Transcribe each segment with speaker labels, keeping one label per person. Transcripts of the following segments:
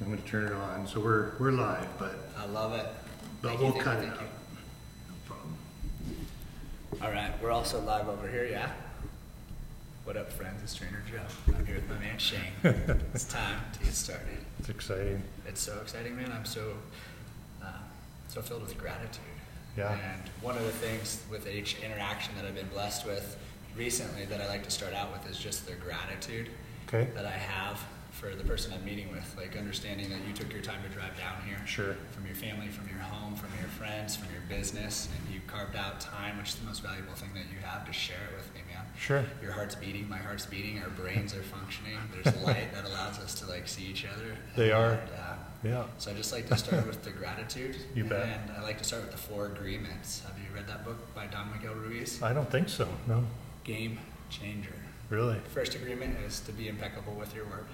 Speaker 1: I'm gonna turn it on, so we're, we're live, but,
Speaker 2: I love it.
Speaker 1: but
Speaker 2: Thank you,
Speaker 1: we'll
Speaker 2: thank
Speaker 1: cut
Speaker 2: you,
Speaker 1: it
Speaker 2: thank
Speaker 1: out. No problem.
Speaker 2: you. All right, we're also live over here, yeah? What up, friends? It's Trainer Joe. I'm here with my man Shane. It's time to get started.
Speaker 1: It's exciting.
Speaker 2: It's so exciting, man. I'm so, uh, so filled with gratitude.
Speaker 1: Yeah.
Speaker 2: And one of the things with each interaction that I've been blessed with recently that I like to start out with is just the gratitude
Speaker 1: Okay.
Speaker 2: that I have for the person I'm meeting with. Like understanding that you took your time to drive down here.
Speaker 1: Sure.
Speaker 2: From your family, from your home, from your friends, from your business, and you carved out time, which is the most valuable thing that you have, to share it with me, man.
Speaker 1: Sure.
Speaker 2: Your heart's beating, my heart's beating, our brains are functioning. There's light that allows us to like see each other.
Speaker 1: They are.
Speaker 2: And, uh,
Speaker 1: Yeah.
Speaker 2: so I just like to start with the gratitude.
Speaker 1: You bet.
Speaker 2: And I like to start with the four agreements. Have you read that book by Don Miguel Ruiz?
Speaker 1: I don't think so, no,
Speaker 2: Game changer.
Speaker 1: really.
Speaker 2: First agreement is to be impeccable with your word.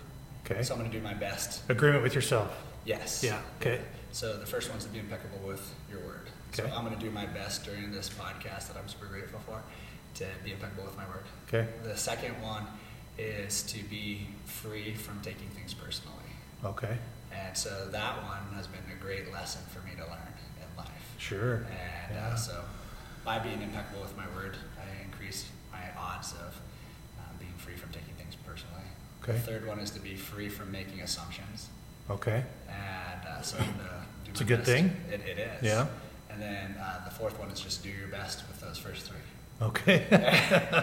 Speaker 1: Okay.
Speaker 2: So I'm going to do my best.
Speaker 1: Agreement with yourself.
Speaker 2: Yes.
Speaker 1: Yeah, okay.
Speaker 2: So the first one's to be impeccable with your word.
Speaker 1: Okay.
Speaker 2: So I'm going to do my best during this podcast that I'm super grateful for to be impeccable with my word.
Speaker 1: Okay.
Speaker 2: The second one is to be free from taking things personally.
Speaker 1: Okay,
Speaker 2: And so that one has been a great lesson for me to learn in life.
Speaker 1: sure.
Speaker 2: And
Speaker 1: Yeah.
Speaker 2: uh, so by being impeccable with my word, I increase my odds of uh, being free from taking things personally.
Speaker 1: Okay.
Speaker 2: The third one is to be free from making assumptions.
Speaker 1: Okay,
Speaker 2: And uh, so I'm gonna do
Speaker 1: It's
Speaker 2: my
Speaker 1: a good
Speaker 2: best.
Speaker 1: thing.
Speaker 2: It, it is.
Speaker 1: Yeah.
Speaker 2: And then uh, the fourth one is just do your best with those first three.
Speaker 1: okay.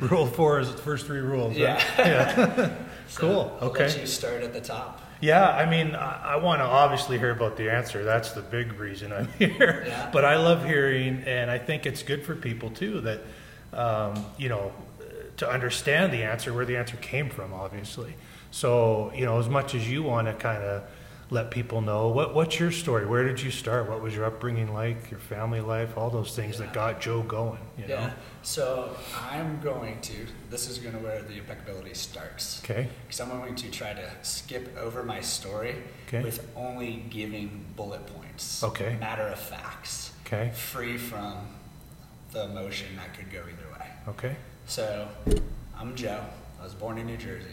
Speaker 2: And
Speaker 1: Rule four is the first three rules, right?
Speaker 2: Yeah. so
Speaker 1: Cool.
Speaker 2: I'll
Speaker 1: Okay.
Speaker 2: Let you start at the top.
Speaker 1: Yeah, I mean, I, I want to obviously hear about the answer. That's the big reason I'm here.
Speaker 2: Yeah.
Speaker 1: But I love hearing, and I think it's good for people too that, um, you know, to understand the answer, where the answer came from, obviously. So, you know, as much as you want to kind of let people know, what, what's your story? Where did you start? What was your upbringing like? Your family life? All those things that
Speaker 2: Yeah.
Speaker 1: got Joe going, you know?
Speaker 2: Yeah. So I'm going to. This is going to where the impeccability starts.
Speaker 1: Okay.
Speaker 2: Because I'm going to try to skip over my story
Speaker 1: Okay.
Speaker 2: with only giving bullet points.
Speaker 1: Okay.
Speaker 2: Matter of facts.
Speaker 1: Okay.
Speaker 2: Free from the emotion that could go either way.
Speaker 1: Okay.
Speaker 2: So I'm Joe. I was born in New Jersey.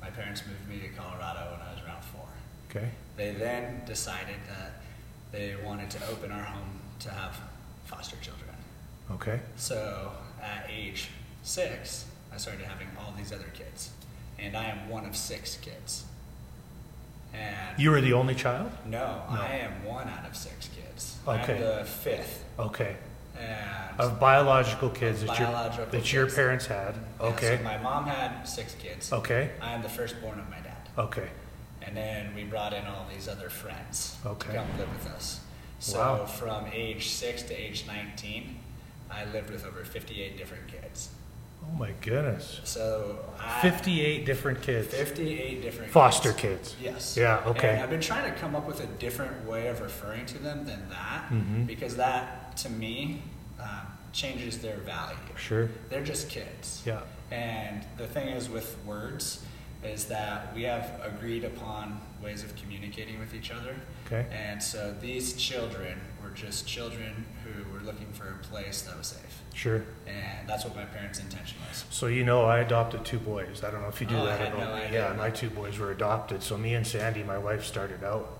Speaker 2: My parents moved me to Colorado when I was around four.
Speaker 1: Okay.
Speaker 2: They then decided that they wanted to open our home to have foster children.
Speaker 1: Okay.
Speaker 2: So at age six, I started having all these other kids, and I am one of six kids. And
Speaker 1: You were the only child?
Speaker 2: no,
Speaker 1: No.
Speaker 2: I am one out of six kids.
Speaker 1: Okay.
Speaker 2: I'm the fifth,
Speaker 1: Okay.
Speaker 2: and
Speaker 1: Of biological kids that, your,
Speaker 2: Biological
Speaker 1: that your
Speaker 2: kids.
Speaker 1: parents had.
Speaker 2: yeah,
Speaker 1: Okay.
Speaker 2: so my mom had six kids.
Speaker 1: okay.
Speaker 2: I am the firstborn of my dad,
Speaker 1: Okay.
Speaker 2: and then we brought in all these other friends
Speaker 1: Okay.
Speaker 2: to come live with us. So
Speaker 1: Wow.
Speaker 2: from age six to age nineteen, I lived with over fifty-eight different kids.
Speaker 1: Oh my goodness.
Speaker 2: So I,
Speaker 1: 58 different kids.
Speaker 2: 58 different
Speaker 1: Foster
Speaker 2: kids.
Speaker 1: kids.
Speaker 2: Yes.
Speaker 1: Yeah, okay.
Speaker 2: And I've been trying to come up with a different way of referring to them than that
Speaker 1: Mhm.
Speaker 2: because that, to me, um, changes their value.
Speaker 1: Sure.
Speaker 2: They're just kids.
Speaker 1: Yeah.
Speaker 2: And the thing is with words is that we have agreed upon ways of communicating with each other.
Speaker 1: Okay.
Speaker 2: And so these children were just children who were looking for a place that was safe.
Speaker 1: Sure.
Speaker 2: And that's what my parents' intention was.
Speaker 1: So you know, I adopted two boys. I don't know if you do
Speaker 2: Oh, I
Speaker 1: that
Speaker 2: had
Speaker 1: at all.
Speaker 2: no idea.
Speaker 1: yeah, my two boys were adopted. So me and Sandy, my wife, started out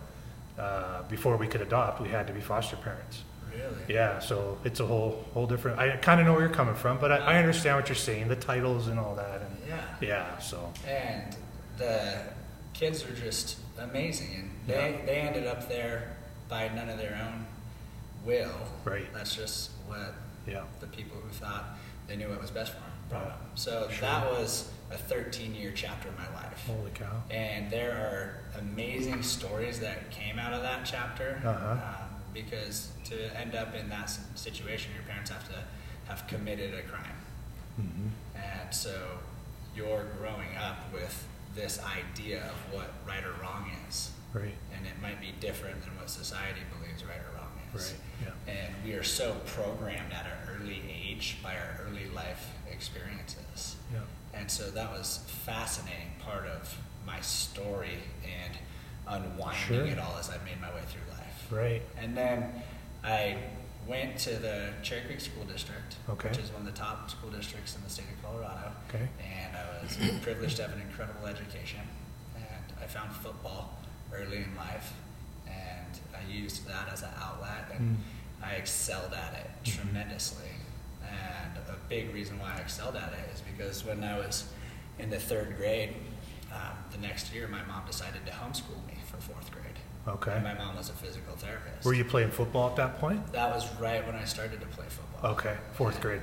Speaker 1: uh, before we could adopt. We had to be foster parents.
Speaker 2: Really?
Speaker 1: Yeah. So it's a whole whole different. I kind of know where you're coming from, but I, I understand what you're saying. The titles and all that. And
Speaker 2: Yeah.
Speaker 1: yeah. So
Speaker 2: and the kids are just amazing and they, they ended up there by none of their own will
Speaker 1: Right.
Speaker 2: that's just what
Speaker 1: yeah.
Speaker 2: the people who thought they knew what was best for them brought
Speaker 1: Yeah.
Speaker 2: up so
Speaker 1: Sure. Oh.
Speaker 2: that was a 13 year chapter of my life
Speaker 1: Holy cow.
Speaker 2: and there are amazing stories that came out of that chapter.
Speaker 1: Uh-huh.
Speaker 2: um, because to end up in that s- situation, your parents have to have committed a crime.
Speaker 1: Mm-hmm.
Speaker 2: And so you're growing up with this idea of what right or wrong is.
Speaker 1: Right.
Speaker 2: And it might be different than what society believes right or wrong is.
Speaker 1: Right. Yeah.
Speaker 2: And we are so programmed at an early age by our early life experiences.
Speaker 1: Yeah.
Speaker 2: And so that was fascinating part of my story and unwinding
Speaker 1: Sure.
Speaker 2: it all as I made my way through life.
Speaker 1: Right.
Speaker 2: And then I went to the Cherry Creek School District,
Speaker 1: Okay.
Speaker 2: which is one of the top school districts in the state of Colorado.
Speaker 1: Okay.
Speaker 2: And I was privileged to have an incredible education. And I found football early in life, and I used that as an outlet, and
Speaker 1: Mm.
Speaker 2: I excelled at it
Speaker 1: Mm-hmm.
Speaker 2: tremendously. And a big reason why I excelled at it is because when I was in the third grade, um, the next year my mom decided to homeschool me for fourth grade.
Speaker 1: Okay.
Speaker 2: And my mom was a physical therapist.
Speaker 1: Were you playing football at that point?
Speaker 2: That was right when I started to play football.
Speaker 1: Okay, fourth grade.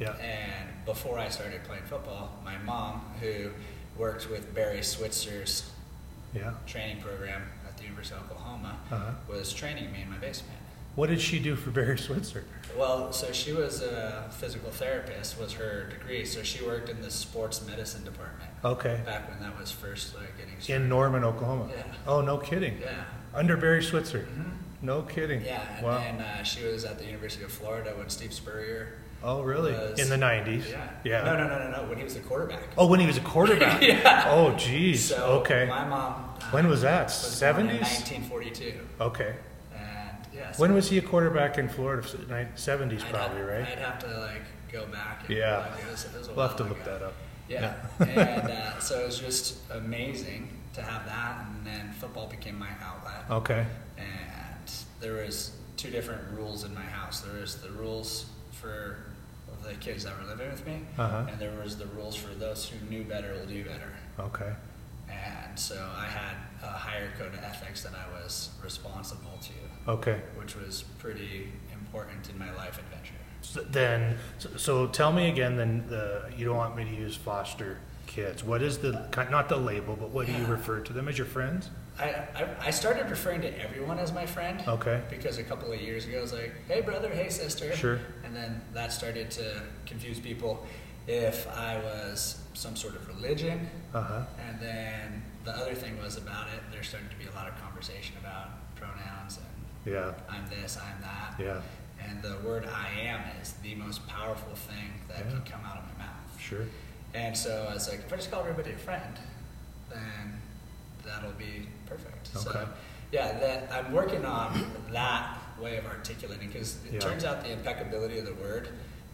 Speaker 1: Yeah.
Speaker 2: Mm-hmm. And before I started playing football, my mom, who worked with Barry Switzer's
Speaker 1: Yeah.
Speaker 2: training program at the University of Oklahoma,
Speaker 1: Uh-huh.
Speaker 2: was training me in my basement.
Speaker 1: What did she do for Barry Switzer?
Speaker 2: Well, so she was a physical therapist was her degree, so she worked in the sports medicine department
Speaker 1: Okay.
Speaker 2: back when that was first like getting started.
Speaker 1: In Norman, Oklahoma.
Speaker 2: Yeah.
Speaker 1: Oh, no kidding.
Speaker 2: Yeah. Mm-hmm.
Speaker 1: Under Barry Switzer. No kidding.
Speaker 2: Yeah, and
Speaker 1: Wow.
Speaker 2: then uh, she was at the University of Florida when Steve Spurrier.
Speaker 1: oh, really?
Speaker 2: was-
Speaker 1: In the 90s.
Speaker 2: Yeah.
Speaker 1: Yeah.
Speaker 2: No, no, no, no, no. When he was the quarterback.
Speaker 1: Oh, when he was a quarterback.
Speaker 2: Yeah.
Speaker 1: Oh, geez.
Speaker 2: so
Speaker 1: okay.
Speaker 2: My mom. uh,
Speaker 1: when was that?
Speaker 2: was born in
Speaker 1: 70s?
Speaker 2: 1942.
Speaker 1: Okay.
Speaker 2: And yes.
Speaker 1: When was he a quarterback in Florida? S- ni- 70s,
Speaker 2: I'd
Speaker 1: probably,
Speaker 2: have,
Speaker 1: right?
Speaker 2: I'd have to like go back. And
Speaker 1: Yeah.
Speaker 2: like, it was, it was a
Speaker 1: We'll have to
Speaker 2: while
Speaker 1: look
Speaker 2: ago.
Speaker 1: that up.
Speaker 2: Yeah. and uh, so it was just amazing to have that, and then football became my outlet.
Speaker 1: Okay.
Speaker 2: And there was two different rules in my house. There was the rules for the kids that were living with me,
Speaker 1: Uh-huh.
Speaker 2: and there was the rules for those who knew better will do better.
Speaker 1: Okay.
Speaker 2: And so I had a higher code of ethics that I was responsible to.
Speaker 1: Okay.
Speaker 2: which was pretty important in my life adventure.
Speaker 1: So then, so, so tell me again. Then the you don't want me to use foster kids. What is the ki- not the label, but what do you
Speaker 2: Yeah.
Speaker 1: refer to them as your friends?
Speaker 2: I, I, I started referring to everyone as my friend
Speaker 1: Okay.
Speaker 2: because a couple of years ago I was like, hey brother, hey sister.
Speaker 1: Sure.
Speaker 2: And then that started to confuse people if I was some sort of religion.
Speaker 1: Uh huh.
Speaker 2: And then the other thing was about it, there started to be a lot of conversation about pronouns and
Speaker 1: Yeah.
Speaker 2: I'm this, I'm that.
Speaker 1: Yeah.
Speaker 2: And the word I am is the most powerful thing that
Speaker 1: Yeah.
Speaker 2: can come out of my mouth.
Speaker 1: Sure.
Speaker 2: And so I was like, if I just call everybody a friend, then that'll be perfect.
Speaker 1: Okay.
Speaker 2: So, yeah, that I'm working on that way of articulating because it
Speaker 1: Yeah.
Speaker 2: turns out the impeccability of the word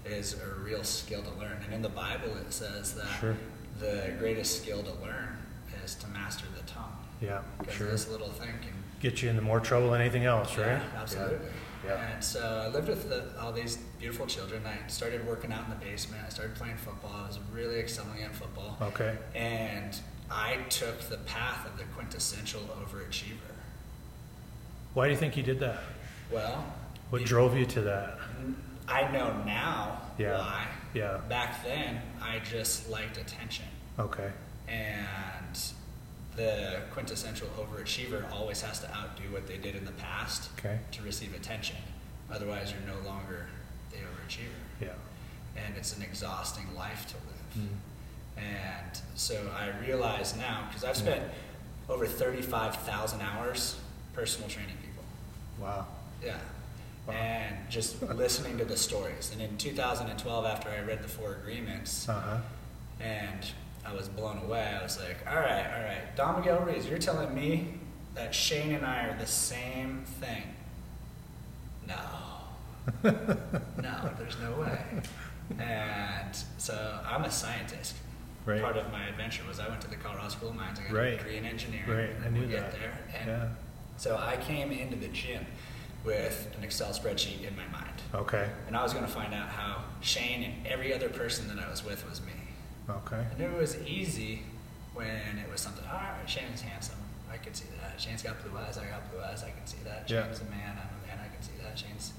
Speaker 2: is a real skill to learn. And in the Bible, it says that
Speaker 1: Sure.
Speaker 2: the greatest skill to learn is to master the tongue.
Speaker 1: Yeah.
Speaker 2: Because
Speaker 1: Sure.
Speaker 2: this little thing can
Speaker 1: Get you into more trouble than anything else, right?
Speaker 2: yeah, absolutely.
Speaker 1: Yeah. Yeah.
Speaker 2: And so I lived with the, all these beautiful children. I started working out in the basement. I started playing football. I was really excelling at football.
Speaker 1: Okay.
Speaker 2: And I took the path of the quintessential overachiever.
Speaker 1: Why do you think he did that?
Speaker 2: Well,
Speaker 1: What
Speaker 2: be-
Speaker 1: drove you to that?
Speaker 2: I know now
Speaker 1: Yeah.
Speaker 2: why.
Speaker 1: Yeah.
Speaker 2: Back then, I just liked attention.
Speaker 1: Okay.
Speaker 2: And the quintessential overachiever always has to outdo what they did in the past
Speaker 1: Okay.
Speaker 2: to receive attention. Otherwise, you're no longer the overachiever.
Speaker 1: Yeah.
Speaker 2: And it's an exhausting life to live.
Speaker 1: Mm.
Speaker 2: And so I realize now, because I've spent over 35,000 hours personal training people.
Speaker 1: Wow.
Speaker 2: Yeah.
Speaker 1: Wow.
Speaker 2: And just listening to the stories. And in 2012, after I read the four agreements,
Speaker 1: Uh huh.
Speaker 2: and I was blown away. I was like, all right, all right, Don Miguel Ruiz, you're telling me that Shane and I are the same thing? No. no, there's no way. And so I'm a scientist.
Speaker 1: Right.
Speaker 2: Part of my adventure was I went to the Colorado School of Mines. I got
Speaker 1: Right.
Speaker 2: a degree in engineering.
Speaker 1: Right. I knew
Speaker 2: We
Speaker 1: that.
Speaker 2: Get there. And
Speaker 1: Yeah.
Speaker 2: So I came into the gym with an Excel spreadsheet in my mind.
Speaker 1: Okay.
Speaker 2: And I was going to find out how Shane and every other person that I was with was me.
Speaker 1: Okay.
Speaker 2: I knew it was easy when it was something, all right, Shane's handsome. I could see that. Shane's got blue eyes. I got blue eyes. I can see that.
Speaker 1: Yeah.
Speaker 2: Shane's a man. I'm a man. I can see that. Shane's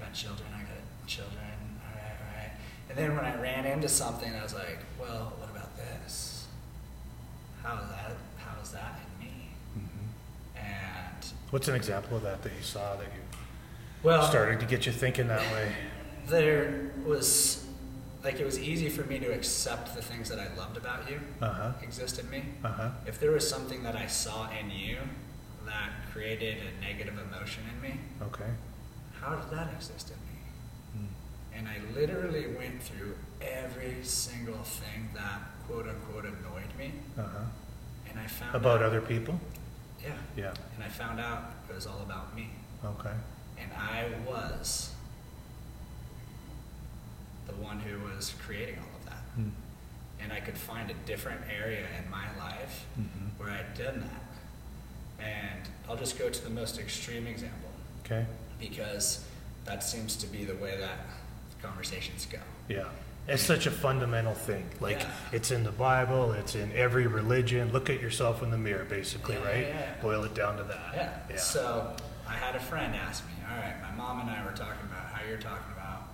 Speaker 2: got children. I got children. All right, all right. And then when I ran into something, I was like, well, what about this? How is that? How is that in me?
Speaker 1: Mhm.
Speaker 2: And
Speaker 1: What's an example of that that you saw that you
Speaker 2: well,
Speaker 1: started to get you thinking that way?
Speaker 2: there was like it was easy for me to accept the things that I loved about you
Speaker 1: Uh huh.
Speaker 2: exist in me.
Speaker 1: Uh huh.
Speaker 2: If there was something that I saw in you that created a negative emotion in me,
Speaker 1: Okay.
Speaker 2: how did that exist in me?
Speaker 1: Mm.
Speaker 2: And I literally went through every single thing that quote unquote annoyed me,
Speaker 1: Uh-huh.
Speaker 2: and I found
Speaker 1: About
Speaker 2: out,
Speaker 1: other people?
Speaker 2: yeah,
Speaker 1: Yeah.
Speaker 2: and I found out it was all about me,
Speaker 1: Okay.
Speaker 2: and I was the one who was creating all of that,
Speaker 1: Mm.
Speaker 2: and I could find a different area in my life
Speaker 1: Mhm.
Speaker 2: where I'd done that. And I'll just go to the most extreme example
Speaker 1: Okay.
Speaker 2: because that seems to be the way that conversations go.
Speaker 1: Yeah. It's such a fundamental thing. Like
Speaker 2: Yeah.
Speaker 1: it's in the Bible, it's in every religion. Look at yourself in the mirror, basically,
Speaker 2: Yeah,
Speaker 1: right?
Speaker 2: yeah, yeah.
Speaker 1: Boil it down to that.
Speaker 2: Yeah.
Speaker 1: Yeah.
Speaker 2: So I had a friend ask me, all right, my mom and I were talking about how you're talking about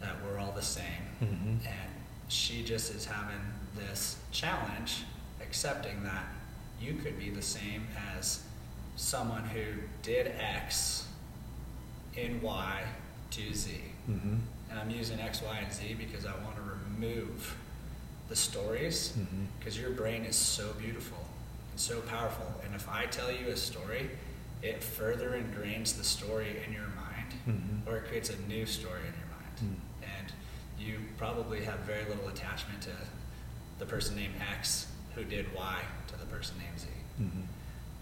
Speaker 2: that we're all the same.
Speaker 1: Mhm.
Speaker 2: And she just is having this challenge accepting that you could be the same as someone who did X in Y to Z.
Speaker 1: Mhm.
Speaker 2: And I'm using X, Y, and Z because I want to remove the stories
Speaker 1: Mhm.
Speaker 2: because your brain is so beautiful and so powerful. And if I tell you a story, it further ingrains the story in your mind,
Speaker 1: Mhm.
Speaker 2: or it creates a new story in your mind.
Speaker 1: Mm.
Speaker 2: And you probably have very little attachment to the person named X who did Y to the person named Z.
Speaker 1: Mhm.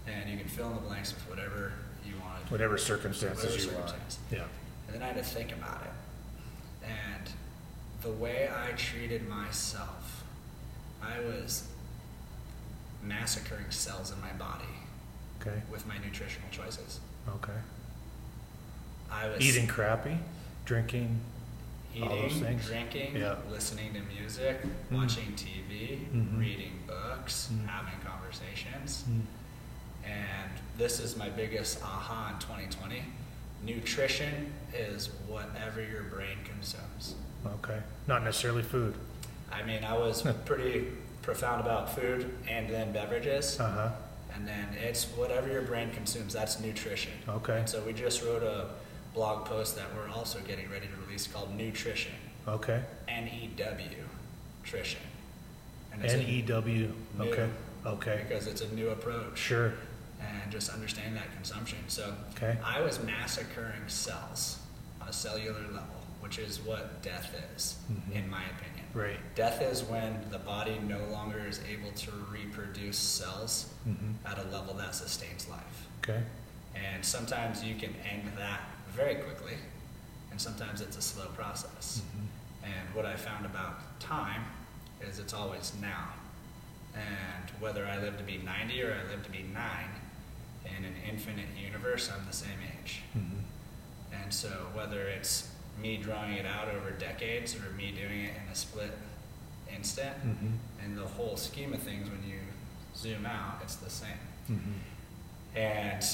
Speaker 2: And you can fill in the blanks with whatever you want.
Speaker 1: Whatever circumstances
Speaker 2: Whatever
Speaker 1: you
Speaker 2: circumstance.
Speaker 1: want.
Speaker 2: And then I had to think about it. And the way I treated myself, I was massacring cells in my body
Speaker 1: Yeah. Okay.
Speaker 2: with my nutritional choices.
Speaker 1: Okay.
Speaker 2: I was
Speaker 1: Eating crappy, drinking. all
Speaker 2: eating,
Speaker 1: those things.
Speaker 2: drinking,
Speaker 1: Yeah.
Speaker 2: listening to music,
Speaker 1: Mm.
Speaker 2: watching TV,
Speaker 1: Mhm.
Speaker 2: reading books,
Speaker 1: Mm.
Speaker 2: having conversations.
Speaker 1: Mm.
Speaker 2: And this is my biggest aha in 2020. Nutrition is whatever your brain consumes.
Speaker 1: Okay. Not necessarily food.
Speaker 2: I mean, I was pretty profound about food and then beverages.
Speaker 1: Uh huh.
Speaker 2: And then it's whatever your brain consumes, that's nutrition.
Speaker 1: Okay.
Speaker 2: And so we just wrote a blog post that we're also getting ready to release called Nutrition,
Speaker 1: Okay.
Speaker 2: N E W, Trition. And it's a-
Speaker 1: N E W. Okay. Okay.
Speaker 2: Because it's a new approach
Speaker 1: Sure.
Speaker 2: and just understand that consumption. So
Speaker 1: Okay.
Speaker 2: I was massacring cells on a cellular level, which is what death is,
Speaker 1: Mhm.
Speaker 2: in my opinion.
Speaker 1: Right.
Speaker 2: Death is when the body no longer is able to reproduce cells
Speaker 1: Mm-hmm.
Speaker 2: at a level that sustains life.
Speaker 1: Okay.
Speaker 2: And sometimes you can end that very quickly, and sometimes it's a slow process. And what I found about time is it's always now. And whether I live to be 90 or I live to be 9, in an infinite universe, I'm the same age.
Speaker 1: Mm-hmm.
Speaker 2: And so whether it's me drawing it out over decades or me doing it in a split instant,
Speaker 1: Mm-hmm.
Speaker 2: in the whole scheme of things, when you zoom out, it's the same.
Speaker 1: Mm-hmm.
Speaker 2: And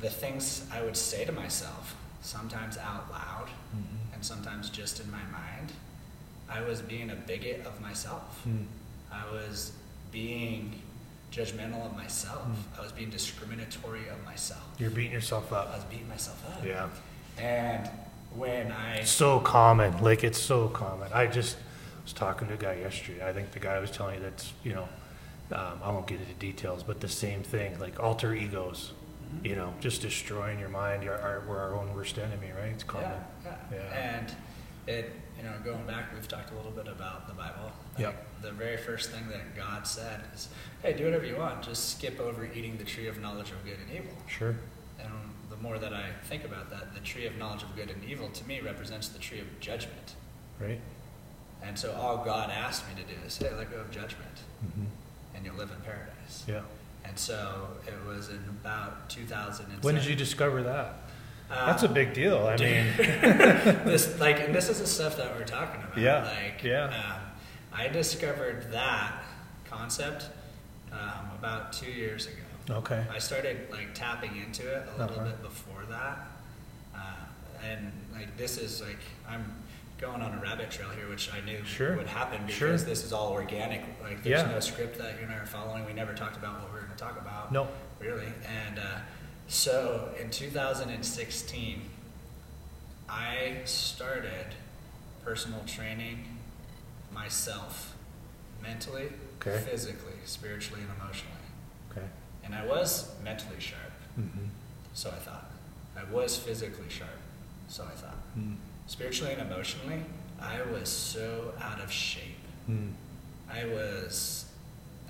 Speaker 2: the things I would say to myself, sometimes out loud
Speaker 1: Mhm.
Speaker 2: and sometimes just in my mind, I was being a bigot of myself.
Speaker 1: Mm.
Speaker 2: I was being judgmental of myself.
Speaker 1: Mm.
Speaker 2: I was being discriminatory of myself.
Speaker 1: You're beating yourself
Speaker 2: I
Speaker 1: up.
Speaker 2: was beating myself up.
Speaker 1: Yeah.
Speaker 2: And when I
Speaker 1: so common. Like it's so common. I just was talking to a guy yesterday. I think the guy was telling you that's you know, um, I won't get into details, but the same thing. Like alter egos, you know, just destroying your mind. Your, our, we're our own worst enemy, right? It's common.
Speaker 2: Yeah, yeah.
Speaker 1: Yeah.
Speaker 2: And it, you know, going back, we've talked a little bit about the Bible.
Speaker 1: Yeah.
Speaker 2: Like, The very first thing that God said is, hey, do whatever you want, just skip over eating the tree of knowledge of good and evil.
Speaker 1: Sure.
Speaker 2: And the more that I think about that, the tree of knowledge of good and evil to me represents the tree of judgment.
Speaker 1: Right.
Speaker 2: And so all God asked me to do is, hey, let go of judgment
Speaker 1: Mm-hmm.
Speaker 2: and you'll live in paradise.
Speaker 1: Yeah.
Speaker 2: And so it was in about 2007.
Speaker 1: When did you discover that?
Speaker 2: Uh,
Speaker 1: That's a big deal. I mean,
Speaker 2: this like and this is the stuff that we're talking about
Speaker 1: Yeah,
Speaker 2: like
Speaker 1: yeah.
Speaker 2: um, i discovered that concept um, about two years ago
Speaker 1: okay.
Speaker 2: i started like tapping into it a little
Speaker 1: Uh-huh.
Speaker 2: bit before that uh, and like this is like i'm going on a rabbit trail here which i knew
Speaker 1: Sure,
Speaker 2: would happen because
Speaker 1: sure.
Speaker 2: this is all organic like there's
Speaker 1: Yeah.
Speaker 2: no script that you and i are following we never talked about what we are going to talk about
Speaker 1: No.
Speaker 2: really and uh, so in 2016 i started personal training myself mentally
Speaker 1: Okay.
Speaker 2: physically spiritually and emotionally
Speaker 1: Okay.
Speaker 2: and i was mentally sharp
Speaker 1: Mm-hmm.
Speaker 2: so i thought i was physically sharp so i thought
Speaker 1: Mm-hmm.
Speaker 2: spiritually and emotionally i was so out of shape
Speaker 1: mm
Speaker 2: i was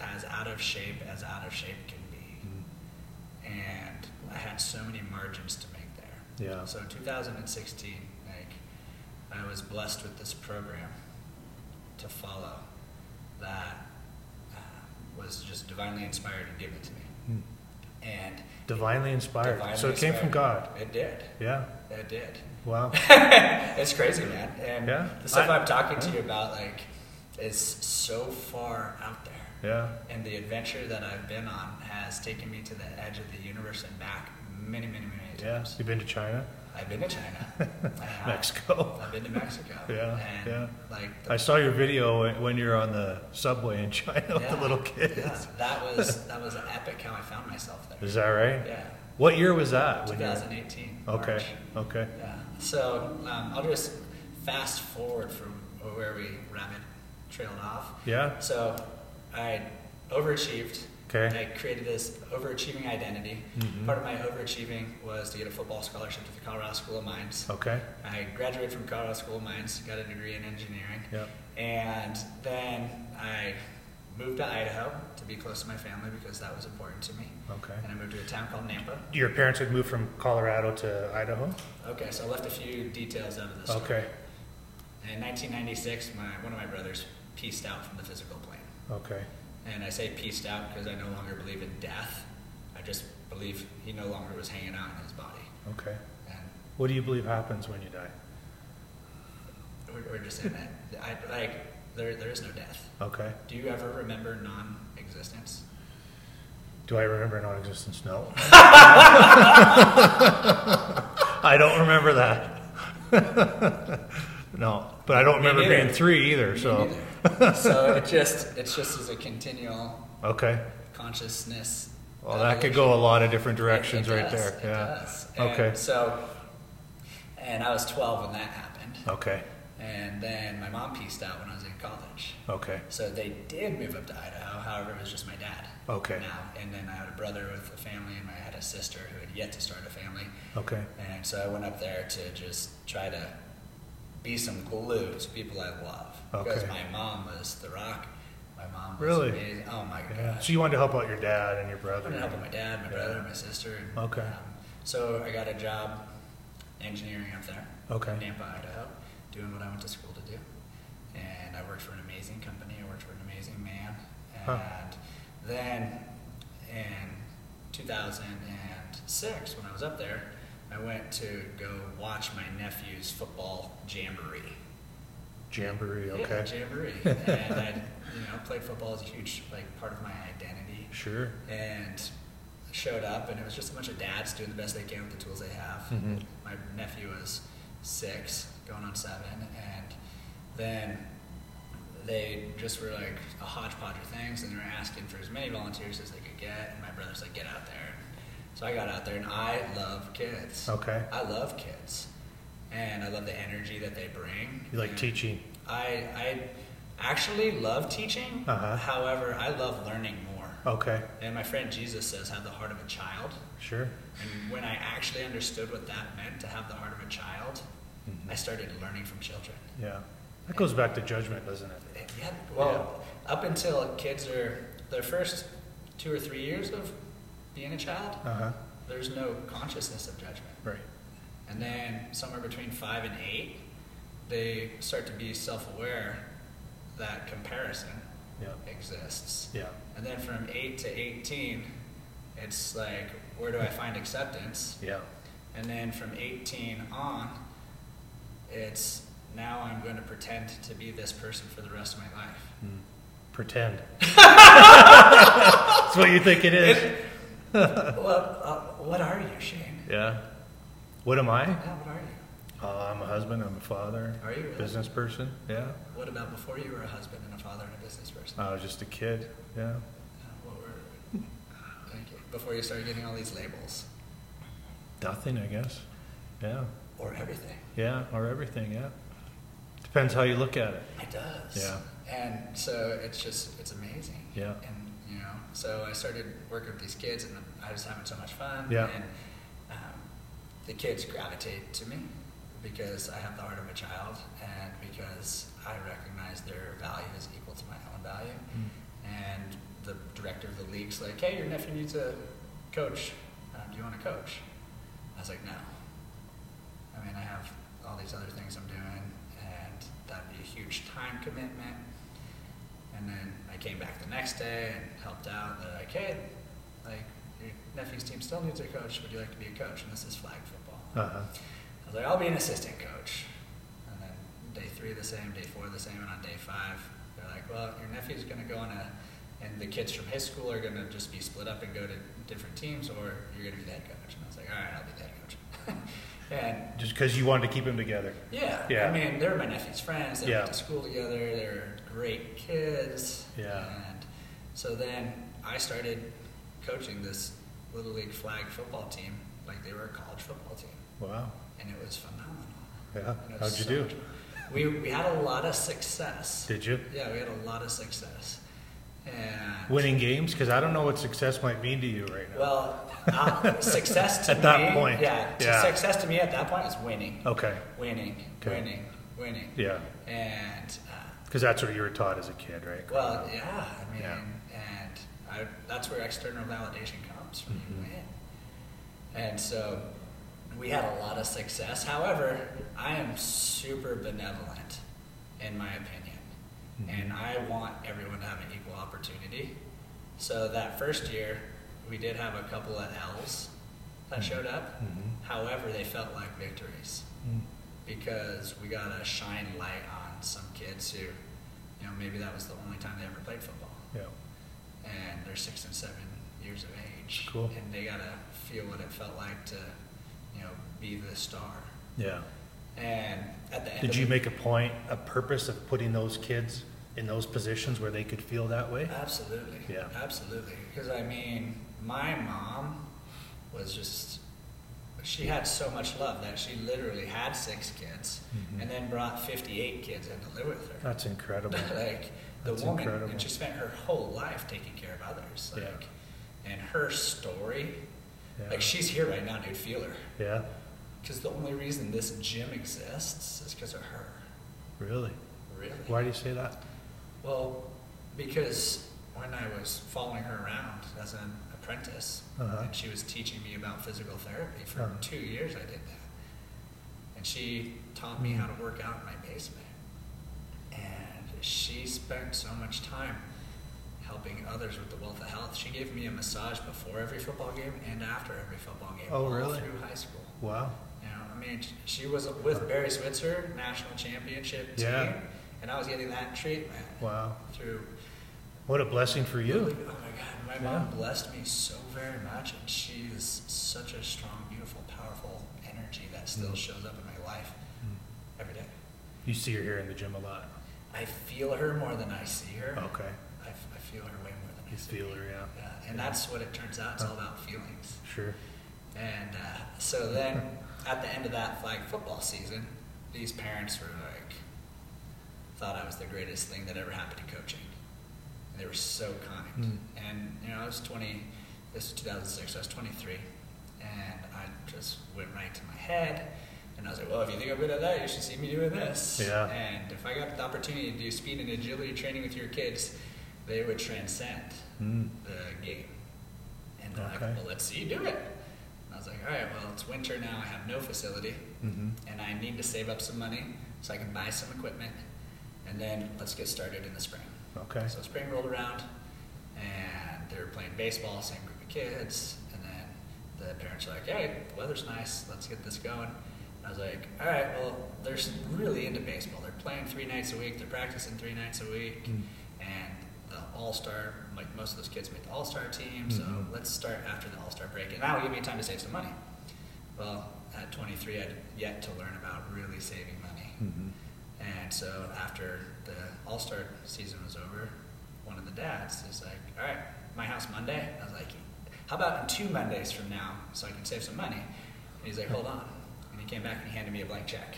Speaker 2: as out of shape as out of shape can be
Speaker 1: Mm.
Speaker 2: and I had so many margins to make there.
Speaker 1: Yeah.
Speaker 2: So 2016, like I was blessed with this program to follow that uh, was just divinely inspired and given to me.
Speaker 1: Mm.
Speaker 2: And
Speaker 1: divinely inspired.
Speaker 2: Divinely
Speaker 1: so it came from
Speaker 2: inspired.
Speaker 1: God.
Speaker 2: It did.
Speaker 1: Yeah.
Speaker 2: It did.
Speaker 1: Wow.
Speaker 2: it's crazy, man. And
Speaker 1: Yeah.
Speaker 2: the stuff
Speaker 1: I-
Speaker 2: I, am talking to you about, like, is so far out there.
Speaker 1: Yeah.
Speaker 2: And the adventure that I've been on has taken me to the edge of the universe and back many, many, many
Speaker 1: Yeah.
Speaker 2: times.
Speaker 1: You've been to China,
Speaker 2: I've been to China. I have.
Speaker 1: Mexico.
Speaker 2: I've been to Mexico.
Speaker 1: Yeah,
Speaker 2: And,
Speaker 1: yeah.
Speaker 2: Like, the
Speaker 1: I saw your video when- when you're on the subway in China with the
Speaker 2: Yeah,
Speaker 1: little kids.
Speaker 2: Yeah, that was that was epic how I found myself there.
Speaker 1: Is that right?
Speaker 2: Yeah,
Speaker 1: What year was that? when you-
Speaker 2: 2018.
Speaker 1: Okay.
Speaker 2: March.
Speaker 1: Okay.
Speaker 2: Yeah. So um, I'll just fast forward from where we rabbit trailed off.
Speaker 1: Yeah.
Speaker 2: So I overachieved.
Speaker 1: Okay.
Speaker 2: I created this overachieving identity.
Speaker 1: Mhm.
Speaker 2: Part of my overachieving was to get a football scholarship to the Colorado School of Mines.
Speaker 1: Okay.
Speaker 2: I graduated from Colorado School of Mines, got a degree in engineering.
Speaker 1: Yep.
Speaker 2: And then I moved to Idaho to be close to my family because that was important to me.
Speaker 1: Okay.
Speaker 2: And I moved to a town called Nampa.
Speaker 1: Your parents had moved from Colorado to Idaho.
Speaker 2: Okay, so I left a few details out of this. story.
Speaker 1: Okay.
Speaker 2: In 1996, my, one of my brothers pieced out from the physical plane.
Speaker 1: Okay.
Speaker 2: And I say pieced out because I no longer believe in death. I just believe he no longer was hanging out in his body.
Speaker 1: Okay.
Speaker 2: And
Speaker 1: What do you believe happens when you die?
Speaker 2: we're, we're just in that. I, like, there, there is no death.
Speaker 1: Okay.
Speaker 2: Do you ever remember non existence?
Speaker 1: Do I remember non-existence? No. I don't remember that. no, but I don't
Speaker 2: Me
Speaker 1: remember being
Speaker 2: neither.
Speaker 1: three either. so
Speaker 2: so it just it's just as a continual
Speaker 1: okay.
Speaker 2: consciousness.
Speaker 1: Well, that could go a lot of different directions
Speaker 2: It- it
Speaker 1: right
Speaker 2: does,
Speaker 1: there.
Speaker 2: It
Speaker 1: yeah.
Speaker 2: does. And
Speaker 1: Okay.
Speaker 2: So, and I was 12 when that happened,
Speaker 1: Okay.
Speaker 2: and then my mom pieced out when I was in college.
Speaker 1: Okay.
Speaker 2: So they did move up to Idaho. However, it was just my dad.
Speaker 1: Okay.
Speaker 2: Now and then I had a brother with a family, and I had a sister who had yet to start a family.
Speaker 1: Okay.
Speaker 2: And so I went up there to just try to be some glue to people I love. Because
Speaker 1: Okay.
Speaker 2: my mom was the rock. My mom was
Speaker 1: Really?
Speaker 2: amazing. Oh my
Speaker 1: Yeah.
Speaker 2: gosh.
Speaker 1: So you wanted to help out your dad and your
Speaker 2: I
Speaker 1: brother.
Speaker 2: wanted to help my dad, my
Speaker 1: Yeah.
Speaker 2: brother, my sister. And,
Speaker 1: Okay.
Speaker 2: um, so I got a job engineering up there
Speaker 1: Okay.
Speaker 2: in Nampa, Idaho, doing what I went to school to do. And I worked for an amazing company. I worked for an amazing man. And
Speaker 1: Huh.
Speaker 2: then in 2006, when I was up there, I went to go watch my nephew's football jamboree.
Speaker 1: Jamboree. Okay.
Speaker 2: Yeah, jamboree. and I, you know, played football is a huge like part of my identity.
Speaker 1: Sure.
Speaker 2: And showed up, and it was just a bunch of dads doing the best they can with the tools they have
Speaker 1: Mhm.
Speaker 2: my nephew was six, going on seven, and then they just were like a hodgepodge of things, and they were asking for as many volunteers as they could get. And my brother's like, "Get out there!" So I got out there, and I love kids.
Speaker 1: Okay.
Speaker 2: I love kids, and I love the energy that they bring.
Speaker 1: You like
Speaker 2: And
Speaker 1: teaching.
Speaker 2: I I actually love teaching.
Speaker 1: Uh-huh.
Speaker 2: However, I love learning more.
Speaker 1: Okay.
Speaker 2: And my friend Jesus says, "Have the heart of a child."
Speaker 1: Sure.
Speaker 2: And when I actually understood what that meant to have the heart of a child, I started learning from children.
Speaker 1: Yeah. That goes back to judgment, doesn't it?
Speaker 2: And yeah, well, up until kids are their first two or three years of being a child,
Speaker 1: Uh huh.
Speaker 2: there's no consciousness of judgment.
Speaker 1: Right.
Speaker 2: And then somewhere between five and eight, they start to be self aware that comparison
Speaker 1: Yeah.
Speaker 2: exists.
Speaker 1: Yeah.
Speaker 2: And then from eight to 18, it's like, where do I find acceptance?
Speaker 1: Yeah.
Speaker 2: And then from 18 on, it's now I'm going to pretend to be this person for the rest of my life.
Speaker 1: Mm. Pretend. That's what you think it is.
Speaker 2: well, uh, what are you, Shane?
Speaker 1: Yeah. What am I?
Speaker 2: Yeah, what are you?
Speaker 1: Uh, I'm a husband. I'm a father.
Speaker 2: Are you really?
Speaker 1: Business person. Yeah.
Speaker 2: What about before you were a husband and a father and a business person?
Speaker 1: I was just a kid. Yeah.
Speaker 2: Uh, what were like, before you started getting all these labels
Speaker 1: Nothing, I guess. Yeah.
Speaker 2: or everything?
Speaker 1: Yeah. Or everything. Yeah. Depends how you look at it.
Speaker 2: It does.
Speaker 1: Yeah.
Speaker 2: And so it's just it's amazing.
Speaker 1: Yeah.
Speaker 2: And you know, so I started working with these kids, and I was having so much fun.
Speaker 1: Yeah.
Speaker 2: And um, the kids gravitate to me because I have the heart of a child, and because I recognize their value is equal to my own value. Hmm. And the director of the league's like, "Hey, your nephew needs a coach. Um, do you want to coach?" I was like, "No." I mean, I have all these other things I'm doing, and that'd be a huge time commitment. And then I came back the next day and helped out. And they're like, "Hey, like your nephew women's team still needs a coach. Would you like to be a coach? And this is flag football.
Speaker 1: Uh-huh.
Speaker 2: I was like, I'll be an assistant coach. And then day three the same, day four the same, and on day five, they're like, well, your nephew's going to go on a, and the kids from his school are going to just be split up and go to different teams, or you're going to be the head coach. And I was like, all right, I'll be the head coach. and
Speaker 1: Just because you wanted to keep them together.
Speaker 2: yeah,
Speaker 1: Yeah.
Speaker 2: I mean, they were my nephew's friends. They
Speaker 1: Yeah.
Speaker 2: went to school together. They were great kids.
Speaker 1: Yeah.
Speaker 2: And so then I started coaching this little league flag football team like they were a college football team,
Speaker 1: Wow.
Speaker 2: and it was phenomenal.
Speaker 1: Yeah.
Speaker 2: And it
Speaker 1: Oh, How'd
Speaker 2: was
Speaker 1: you
Speaker 2: so
Speaker 1: do?
Speaker 2: much fun. We we had a lot of success.
Speaker 1: Did you?
Speaker 2: Yeah, we had a lot of success. And
Speaker 1: Winning games? Because I don't know what success might mean to you right now.
Speaker 2: well, uh, success to
Speaker 1: At that
Speaker 2: me-
Speaker 1: point,
Speaker 2: yeah, to-
Speaker 1: yeah.
Speaker 2: success to me at that point was winning,
Speaker 1: okay.
Speaker 2: winning,
Speaker 1: Okay.
Speaker 2: winning, winning.
Speaker 1: Yeah.
Speaker 2: And uh,
Speaker 1: Because that's what you were taught as a kid, right?
Speaker 2: Well, yeah, I mean,
Speaker 1: Yeah.
Speaker 2: and I, that's where external validation comes from.
Speaker 1: Mhm.
Speaker 2: You win, and so we had a lot of success. However, I am super benevolent, in my opinion,
Speaker 1: Mm-hmm.
Speaker 2: and I want everyone to have an equal opportunity. So that first year, we did have a couple of L's that showed up.
Speaker 1: Mhm.
Speaker 2: However, they felt like victories
Speaker 1: Mm.
Speaker 2: because we got to shine light on some kids who, you know, maybe that was the only time they ever played football,
Speaker 1: Yeah.
Speaker 2: and they're six and seven years of age,
Speaker 1: Cool.
Speaker 2: and they got to feel what it felt like to, you know, be the star.
Speaker 1: Yeah.
Speaker 2: And at the end,
Speaker 1: Did
Speaker 2: of
Speaker 1: you
Speaker 2: the-
Speaker 1: make a point, a purpose of putting those kids in those positions where they could feel that way?
Speaker 2: Absolutely.
Speaker 1: Yeah.
Speaker 2: Absolutely. Because I mean, my mom was just. She had so much love that she literally had six kids
Speaker 1: Mhm.
Speaker 2: and then brought 58 kids in to live with her.
Speaker 1: That's incredible.
Speaker 2: like the
Speaker 1: That's
Speaker 2: woman
Speaker 1: incredible.
Speaker 2: and she spent her whole life taking care of others
Speaker 1: Yeah.
Speaker 2: like and her story
Speaker 1: Yeah.
Speaker 2: like she's here right now dude feel her
Speaker 1: yeah.
Speaker 2: because the only reason this gym exists is because of her
Speaker 1: Really?
Speaker 2: really
Speaker 1: Why do you say that?
Speaker 2: well because when i was following her around as an apprentice
Speaker 1: Uh-huh.
Speaker 2: and she was teaching me about physical therapy for
Speaker 1: Uh-huh.
Speaker 2: two years i did that and she taught
Speaker 1: Mm-hmm.
Speaker 2: me how to work out in my basement and she spent so much time helping others with the wealth of health. She gave me a massage before every football game and after every football game,
Speaker 1: Oh,
Speaker 2: all
Speaker 1: really?
Speaker 2: through high school.
Speaker 1: Wow.
Speaker 2: You know, I mean, sh- she was with Barry Switzer, national championship team,
Speaker 1: Yeah.
Speaker 2: and I was getting that treatment
Speaker 1: Wow.
Speaker 2: through.
Speaker 1: What a blessing for you.
Speaker 2: Oh my God, my
Speaker 1: Yeah.
Speaker 2: mom blessed me so very much, and she is such a strong, beautiful, powerful energy that still
Speaker 1: Mm.
Speaker 2: shows up in my life
Speaker 1: Mm.
Speaker 2: every day.
Speaker 1: You see her here in the gym a lot.
Speaker 2: I feel her more than I see her.
Speaker 1: Okay.
Speaker 2: I, f- I feel her way more than I
Speaker 1: You
Speaker 2: see.
Speaker 1: feel her, yeah.
Speaker 2: Yeah, and that's what it turns out. It's all about feelings.
Speaker 1: Sure.
Speaker 2: And uh, so then, at the end of that flag football season, these parents were like, thought I was the greatest thing that ever happened to coaching. And they were so kind.
Speaker 1: Mm.
Speaker 2: And you know, I was 20. This is 2006. I was 23, and I just went right to my head. And I was like, well, if you think I'm good at that, you should see me doing this.
Speaker 1: Yeah.
Speaker 2: And if I got the opportunity to do speed and agility training with your kids, they would transcend
Speaker 1: Mm.
Speaker 2: the game. And they're
Speaker 1: Okay.
Speaker 2: like, well, let's see you do it. And I was like, all right, well, it's winter now. I have no facility,
Speaker 1: hmm
Speaker 2: and I need to save up some money so I can buy some equipment, and then let's get started in the spring.
Speaker 1: Okay.
Speaker 2: So spring rolled around, and they were playing baseball, same group of kids, and then the parents were like, hey, the weather's nice. Let's get this going. And I was like, all right, well, they're s- really into baseball. They're playing three nights a week. They're practicing three nights a week
Speaker 1: Mm.
Speaker 2: and the All Star, like most of those kids make the All Star team, so
Speaker 1: Mhm.
Speaker 2: let's start after the All Star break, and that'll give me time to save some money. Well, at 23, I'd yet to learn about really saving money,
Speaker 1: Mhm.
Speaker 2: and so after the All Star season was over, one of the dads is like, "All right, my house Monday." I was like, "How about in two Mondays from now, so I can save some money?" And he's like, "Hold on," and he came back and he handed me a blank check.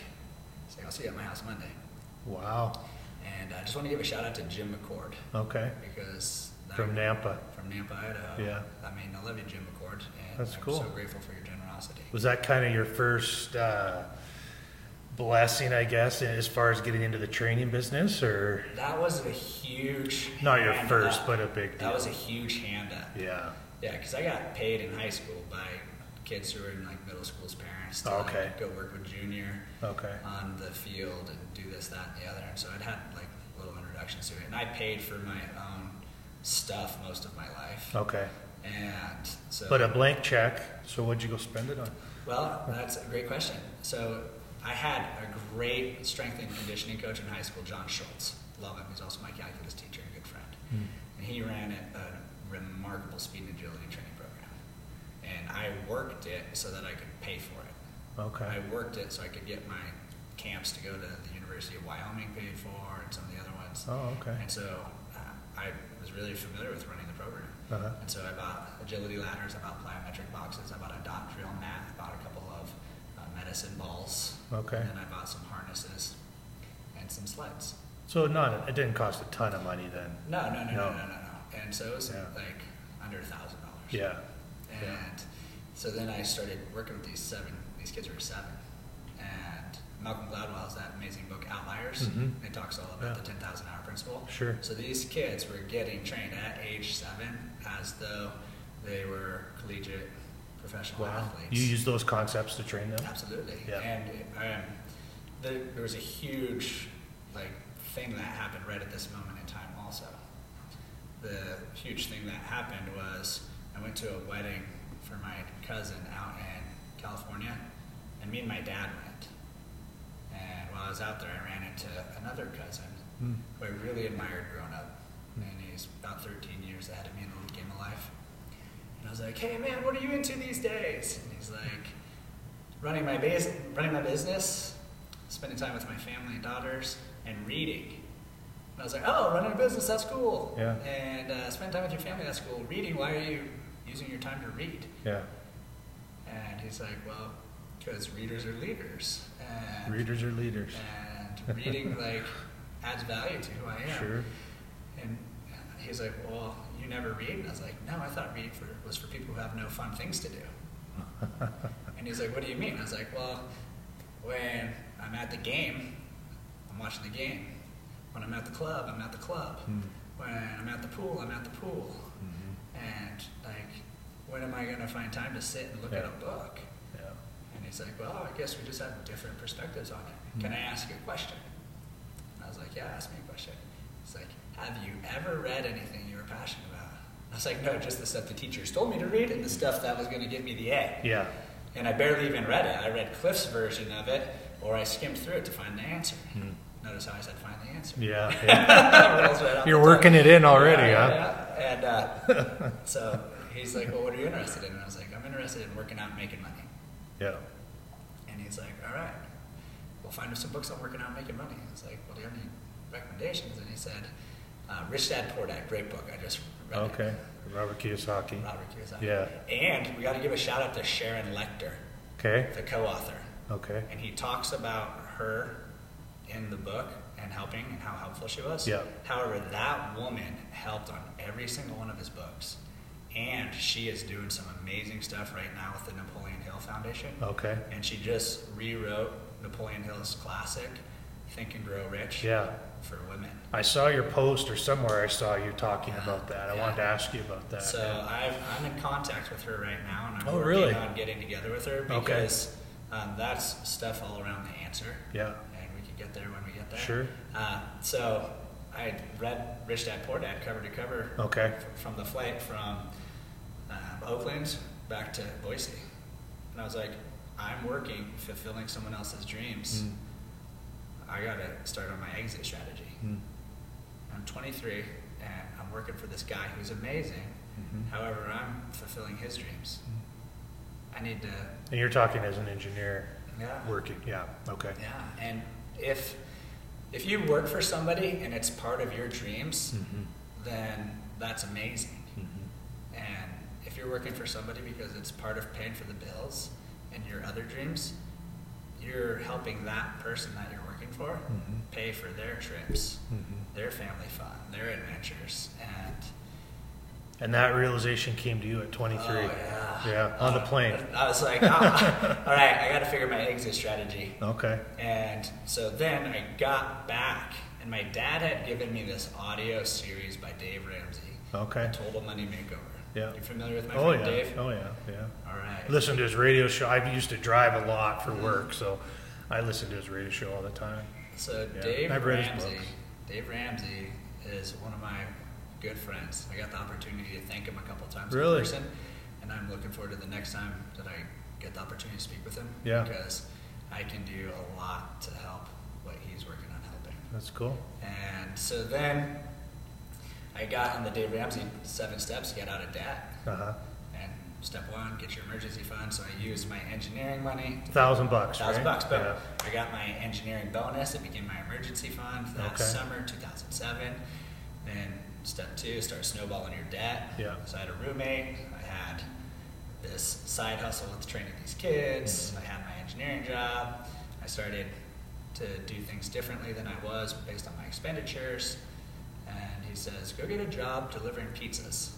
Speaker 2: He's like, "I'll see you at my house Monday,"
Speaker 1: Wow.
Speaker 2: and I just want to give a shout out to Jim McCord
Speaker 1: Okay.
Speaker 2: because that,
Speaker 1: From Nampa.
Speaker 2: from Nampa, Idaho.
Speaker 1: Yeah.
Speaker 2: I mean, I love you, Jim McCord, and
Speaker 1: That's
Speaker 2: I'm
Speaker 1: cool.
Speaker 2: so grateful for your generosity.
Speaker 1: Was that kind of your first uh, blessing, I guess, as far as getting into the training business, or
Speaker 2: That was a huge.
Speaker 1: not your
Speaker 2: hand
Speaker 1: first,
Speaker 2: up.
Speaker 1: but a big deal?
Speaker 2: that was a huge hand up.
Speaker 1: yeah.
Speaker 2: Yeah, because I got paid in high school by kids who were in like middle school's parents to like,
Speaker 1: Okay.
Speaker 2: go work with junior
Speaker 1: Okay.
Speaker 2: on the field and do this, that, and the other. And so I'd had like little introductions to it, and I paid for my own stuff most of my life.
Speaker 1: Okay.
Speaker 2: And so,
Speaker 1: Oh. But a blank check, so what'd you go spend it on?
Speaker 2: well, that's a great question. So I had a great strength and conditioning coach in high school, John Schultz. Love him. He's also my calculus teacher and good friend. And he ran a, a remarkable speed and agility training program. And I worked it so that I could pay for it. I
Speaker 1: Okay.
Speaker 2: worked it so I could get my camps to go to the University of Wyoming paid for and some of the other ones.
Speaker 1: Oh, okay.
Speaker 2: And so uh, I was really familiar with running the program.
Speaker 1: Uh-huh.
Speaker 2: And so I bought agility ladders, I bought plyometric boxes, I bought a dot drill mat, I bought a couple of uh, medicine balls.
Speaker 1: Okay.
Speaker 2: And then I bought some harnesses and some sleds.
Speaker 1: So not, it didn't cost a ton of money then?
Speaker 2: No, no, no, no, no,
Speaker 1: No.
Speaker 2: no, no. And so it was
Speaker 1: Yeah.
Speaker 2: like under a thousand dollars.
Speaker 1: Yeah.
Speaker 2: And
Speaker 1: Yeah.
Speaker 2: so then I started working with these seven, these kids who were seven. And Malcolm Gladwell has that amazing book, Outliers.
Speaker 1: Mhm.
Speaker 2: It talks all about
Speaker 1: Yeah.
Speaker 2: the 10,000 hour principle.
Speaker 1: Sure.
Speaker 2: So these kids were getting trained at age seven as though they were collegiate professional
Speaker 1: Wow.
Speaker 2: athletes.
Speaker 1: You use those concepts to train them?
Speaker 2: Absolutely.
Speaker 1: Yeah.
Speaker 2: And um, there, there was a huge like thing that happened right at this moment in time. Also, the huge thing that happened was I went to a wedding for my cousin out in California, and me and my dad went. And while I was out there, I ran into another cousin
Speaker 1: Hmm.
Speaker 2: who I really admired growing up, and he's about 13 years ahead of me in the league game of life. And I was like, "Hey man, what are you into these days?" And he's like, "Running my bas- running my business, spending time with my family and daughters, and reading." And I was like, "Oh, running a business, that's cool.
Speaker 1: Yeah.
Speaker 2: And uh, spending time with your family, that's cool. Reading, why are you using your time to read?"
Speaker 1: Yeah.
Speaker 2: And he's like, "Well, because readers are leaders, and
Speaker 1: Readers are leaders.
Speaker 2: and reading like adds value to who I am."
Speaker 1: Sure.
Speaker 2: And he's like, "Well, you never read." And I was like, "No, I thought read for, was for people who have no fun things to do." and he's like, "What do you mean?" I was like, "Well, when I'm at the game, I'm watching the game. When I'm at the club, I'm at the club.
Speaker 1: Hmm.
Speaker 2: When I'm at the pool, I'm at the pool.
Speaker 1: Mhm.
Speaker 2: And like, when am I gonna find time to sit and look at a
Speaker 1: Yeah.
Speaker 2: book?"
Speaker 1: Yeah.
Speaker 2: And he's like, Well, I guess we just have different perspectives on it.
Speaker 1: Hmm.
Speaker 2: Can I ask you a question? And I was like, Yeah, ask me a question. He's like, Have you ever read anything you were passionate about? I was like, No, just the stuff the teachers told me to read and the stuff that was going to get me the A.
Speaker 1: Yeah.
Speaker 2: And I barely even read it. I read Cliff's version of it, or I skimmed through it to find the answer.
Speaker 1: Hmm.
Speaker 2: Notice how I said find the answer.
Speaker 1: Yeah. yeah.
Speaker 2: Rolls right off
Speaker 1: You're
Speaker 2: the tongue.
Speaker 1: working it in already,
Speaker 2: Yeah,
Speaker 1: huh?
Speaker 2: yeah, yeah. And uh, so he's like, Well, what are you interested in? And I was like, I'm interested in working out and making money.
Speaker 1: Yeah.
Speaker 2: And he's like, all right, we'll find us some books on working out, making money. I was like, well, do you have any recommendations? And he said, uh, Rich Dad Poor Dad, great book. I just read
Speaker 1: Okay.
Speaker 2: it.
Speaker 1: Robert Kiyosaki.
Speaker 2: Robert Kiyosaki.
Speaker 1: Yeah.
Speaker 2: And we got to give a shout out to Sharon Lecter,
Speaker 1: Okay.
Speaker 2: the co-author.
Speaker 1: Okay.
Speaker 2: And he talks about her in the book and helping and how helpful she was.
Speaker 1: Yeah.
Speaker 2: However, that woman helped on every single one of his books. And she is doing some amazing stuff right now with the Napoleon Hill Foundation
Speaker 1: Okay.
Speaker 2: and she just rewrote Napoleon Hill's classic "Think and Grow Rich"
Speaker 1: Yeah.
Speaker 2: for women.
Speaker 1: I saw your post or somewhere I saw you talking
Speaker 2: Yeah,
Speaker 1: about that. I
Speaker 2: yeah.
Speaker 1: wanted to ask you about that.
Speaker 2: So I've, I'm in contact with her right now, and I'm
Speaker 1: Oh,
Speaker 2: working
Speaker 1: really?
Speaker 2: on getting together with her
Speaker 1: Okay.
Speaker 2: because um, that's stuff all around the answer,
Speaker 1: yeah.
Speaker 2: and we can get there when we get there.
Speaker 1: Sure.
Speaker 2: Uh, so I read "Rich Dad Poor Dad" cover to cover
Speaker 1: Okay.
Speaker 2: f- from the flight from um, Oakland back to Boise, and I was like, I'm working fulfilling someone else's dreams.
Speaker 1: Mm.
Speaker 2: I gotta start on my exit strategy.
Speaker 1: Mm.
Speaker 2: I'm 23 and I'm working for this guy who's amazing.
Speaker 1: Mhm.
Speaker 2: However, I'm fulfilling his dreams. I need to,
Speaker 1: And you're talking as an engineer
Speaker 2: yeah,
Speaker 1: working. Yeah. Okay.
Speaker 2: yeah. And if if you work for somebody and it's part of your dreams,
Speaker 1: Mhm.
Speaker 2: then that's amazing.
Speaker 1: Mhm.
Speaker 2: Mm-hmm. And if you're working for somebody because it's part of paying for the bills and your other dreams, you're helping that person that you're working for
Speaker 1: Mhm.
Speaker 2: pay for their trips.
Speaker 1: Mhm.
Speaker 2: their family fun, their adventures, and
Speaker 1: And that realization came to you at 23.
Speaker 2: Oh, yeah.
Speaker 1: Yeah, on the plane.
Speaker 2: I was like, ah, all right, I got to figure my exit strategy.
Speaker 1: Okay.
Speaker 2: And so then I got back, and my dad had given me this audio series by Dave Ramsey,
Speaker 1: Okay.
Speaker 2: Total Money Makeover.
Speaker 1: Yeah.
Speaker 2: you familiar with my
Speaker 1: Oh
Speaker 2: friend
Speaker 1: yeah.
Speaker 2: Dave?
Speaker 1: Oh yeah. Yeah.
Speaker 2: All right.
Speaker 1: Listen to his radio show. I used to drive a lot
Speaker 2: Mm-hmm.
Speaker 1: for work, so I listened to his radio show all the time.
Speaker 2: So
Speaker 1: Yeah,
Speaker 2: Dave
Speaker 1: I've read his
Speaker 2: Ramsey,
Speaker 1: books.
Speaker 2: Dave Ramsey is one of my good friends. I got the opportunity to thank him a couple times
Speaker 1: Really?
Speaker 2: in person, and I'm looking forward to the next time that I get the opportunity to speak with him.
Speaker 1: Yeah.
Speaker 2: Because I can do a lot to help what he's working on helping.
Speaker 1: That's cool.
Speaker 2: And so then I got on the Dave Ramsey seven steps to get out of debt.
Speaker 1: Uh huh.
Speaker 2: And step one, get your emergency fund. So I used my engineering money,
Speaker 1: Thousand bucks.
Speaker 2: thousand
Speaker 1: right?
Speaker 2: bucks, but I got my engineering bonus. It became my emergency fund that
Speaker 1: Okay.
Speaker 2: summer, 2007. Then step two, start snowballing your debt.
Speaker 1: Yeah.
Speaker 2: So I had a roommate. I had this side hustle with training these kids.
Speaker 1: Mm-hmm.
Speaker 2: I had my engineering job. I started to do things differently than I was based on my expenditures. And he says, go get a job delivering pizzas.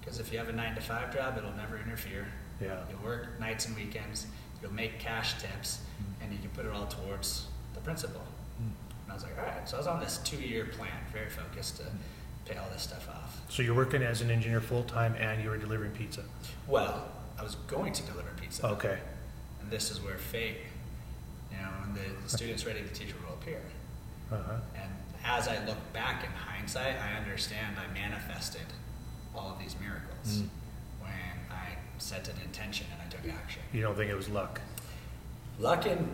Speaker 2: Because if you have a nine to five job, it'll never interfere.
Speaker 1: Yeah.
Speaker 2: You'll work nights and weekends. You'll make cash tips, and you can put it all towards the principal. And I was like, all right. So I was on this two-year plan, very focused to pay all this stuff off.
Speaker 1: So you're working as an engineer full time, and you were delivering pizza.
Speaker 2: Well, I was going to deliver pizza,
Speaker 1: Okay.
Speaker 2: and this is where fate, you know, when the, the student's ready, the teacher will appear.
Speaker 1: Uh huh.
Speaker 2: And as I look back in hindsight, I understand I manifested all of these miracles
Speaker 1: Mm.
Speaker 2: when I set an intention and I took action.
Speaker 1: You don't think it was luck?
Speaker 2: Luck and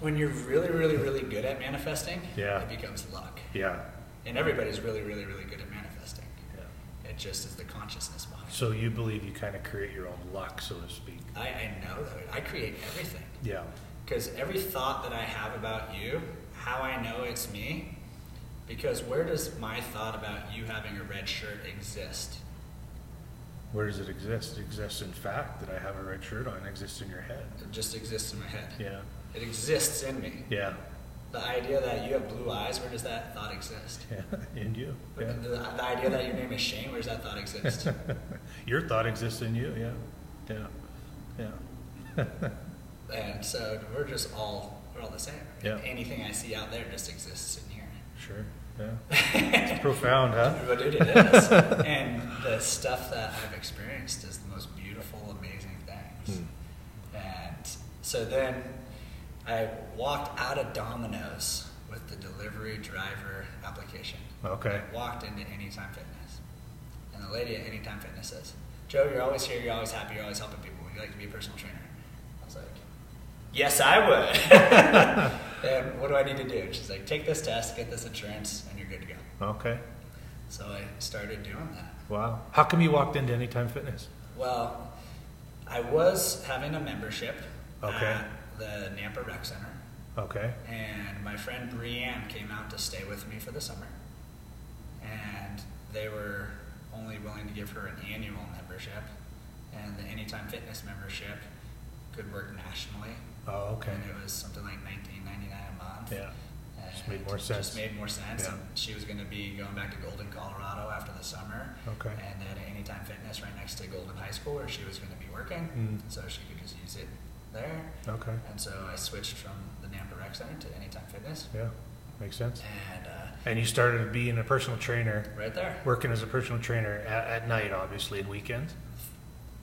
Speaker 2: when you're really, really, really good at manifesting,
Speaker 1: Yeah.
Speaker 2: it becomes luck.
Speaker 1: Yeah.
Speaker 2: And everybody's really, really, really good at manifesting.
Speaker 1: yeah.
Speaker 2: It just is the consciousness behind it.
Speaker 1: So you believe you kind of create your own luck, so to speak?
Speaker 2: I, I know that I create everything.
Speaker 1: Yeah.
Speaker 2: Because every thought that I have about you, how I know it's me, because where does my thought about you having a red shirt exist?
Speaker 1: Where does it exist? It exists in fact that I have a red shirt on. It exists in your head.
Speaker 2: It just exists in my head.
Speaker 1: Yeah.
Speaker 2: It exists in me.
Speaker 1: Yeah.
Speaker 2: The idea that you have blue eyes, where does that thought exist?
Speaker 1: Yeah. In you.
Speaker 2: The,
Speaker 1: Yeah.
Speaker 2: the the idea that your name is Shane, where does that thought exist?
Speaker 1: Your thought exists in you. Yeah. Yeah. Yeah.
Speaker 2: And so we're just all we're all the same.
Speaker 1: Yeah.
Speaker 2: Anything I see out there just exists in here.
Speaker 1: Sure. Yeah. It's profound, huh?
Speaker 2: But dude, it is. and the stuff that I've experienced is the most beautiful, amazing things.
Speaker 1: Hmm.
Speaker 2: And so then I walked out of Domino's with the delivery driver application.
Speaker 1: Okay.
Speaker 2: I walked into Anytime Fitness. And the lady at Anytime Fitness says, Joe, you're always here, you're always happy, you're always helping people. Would you like to be a personal trainer? I was like, Yes, I would. and what do I need to do? And she's like, Take this test, get this insurance, and you're good to go.
Speaker 1: Okay.
Speaker 2: So I started doing that.
Speaker 1: Wow. How come you walked into Anytime Fitness?
Speaker 2: Well, I was having a membership
Speaker 1: Okay.
Speaker 2: at the Nampa Rec Center,
Speaker 1: Okay.
Speaker 2: and my friend Brianne came out to stay with me for the summer, and they were only willing to give her an annual membership, and the Anytime Fitness membership could work nationally,
Speaker 1: Oh, okay.
Speaker 2: and it was something like nineteen ninety nine a month.
Speaker 1: Yeah.
Speaker 2: And
Speaker 1: Just made more
Speaker 2: it
Speaker 1: sense.
Speaker 2: Just made more sense.
Speaker 1: Yeah.
Speaker 2: And she was going to be going back to Golden, Colorado after the summer.
Speaker 1: Okay.
Speaker 2: And then Anytime Fitness right next to Golden High School where she was going to be working.
Speaker 1: Mm.
Speaker 2: So she could just use it there.
Speaker 1: Okay.
Speaker 2: And so I switched from the Nampa Rec Center to Anytime Fitness.
Speaker 1: Yeah. Makes sense.
Speaker 2: And uh,
Speaker 1: And you started being a personal trainer,
Speaker 2: right there.
Speaker 1: working as a personal trainer at, at night, obviously, and weekends.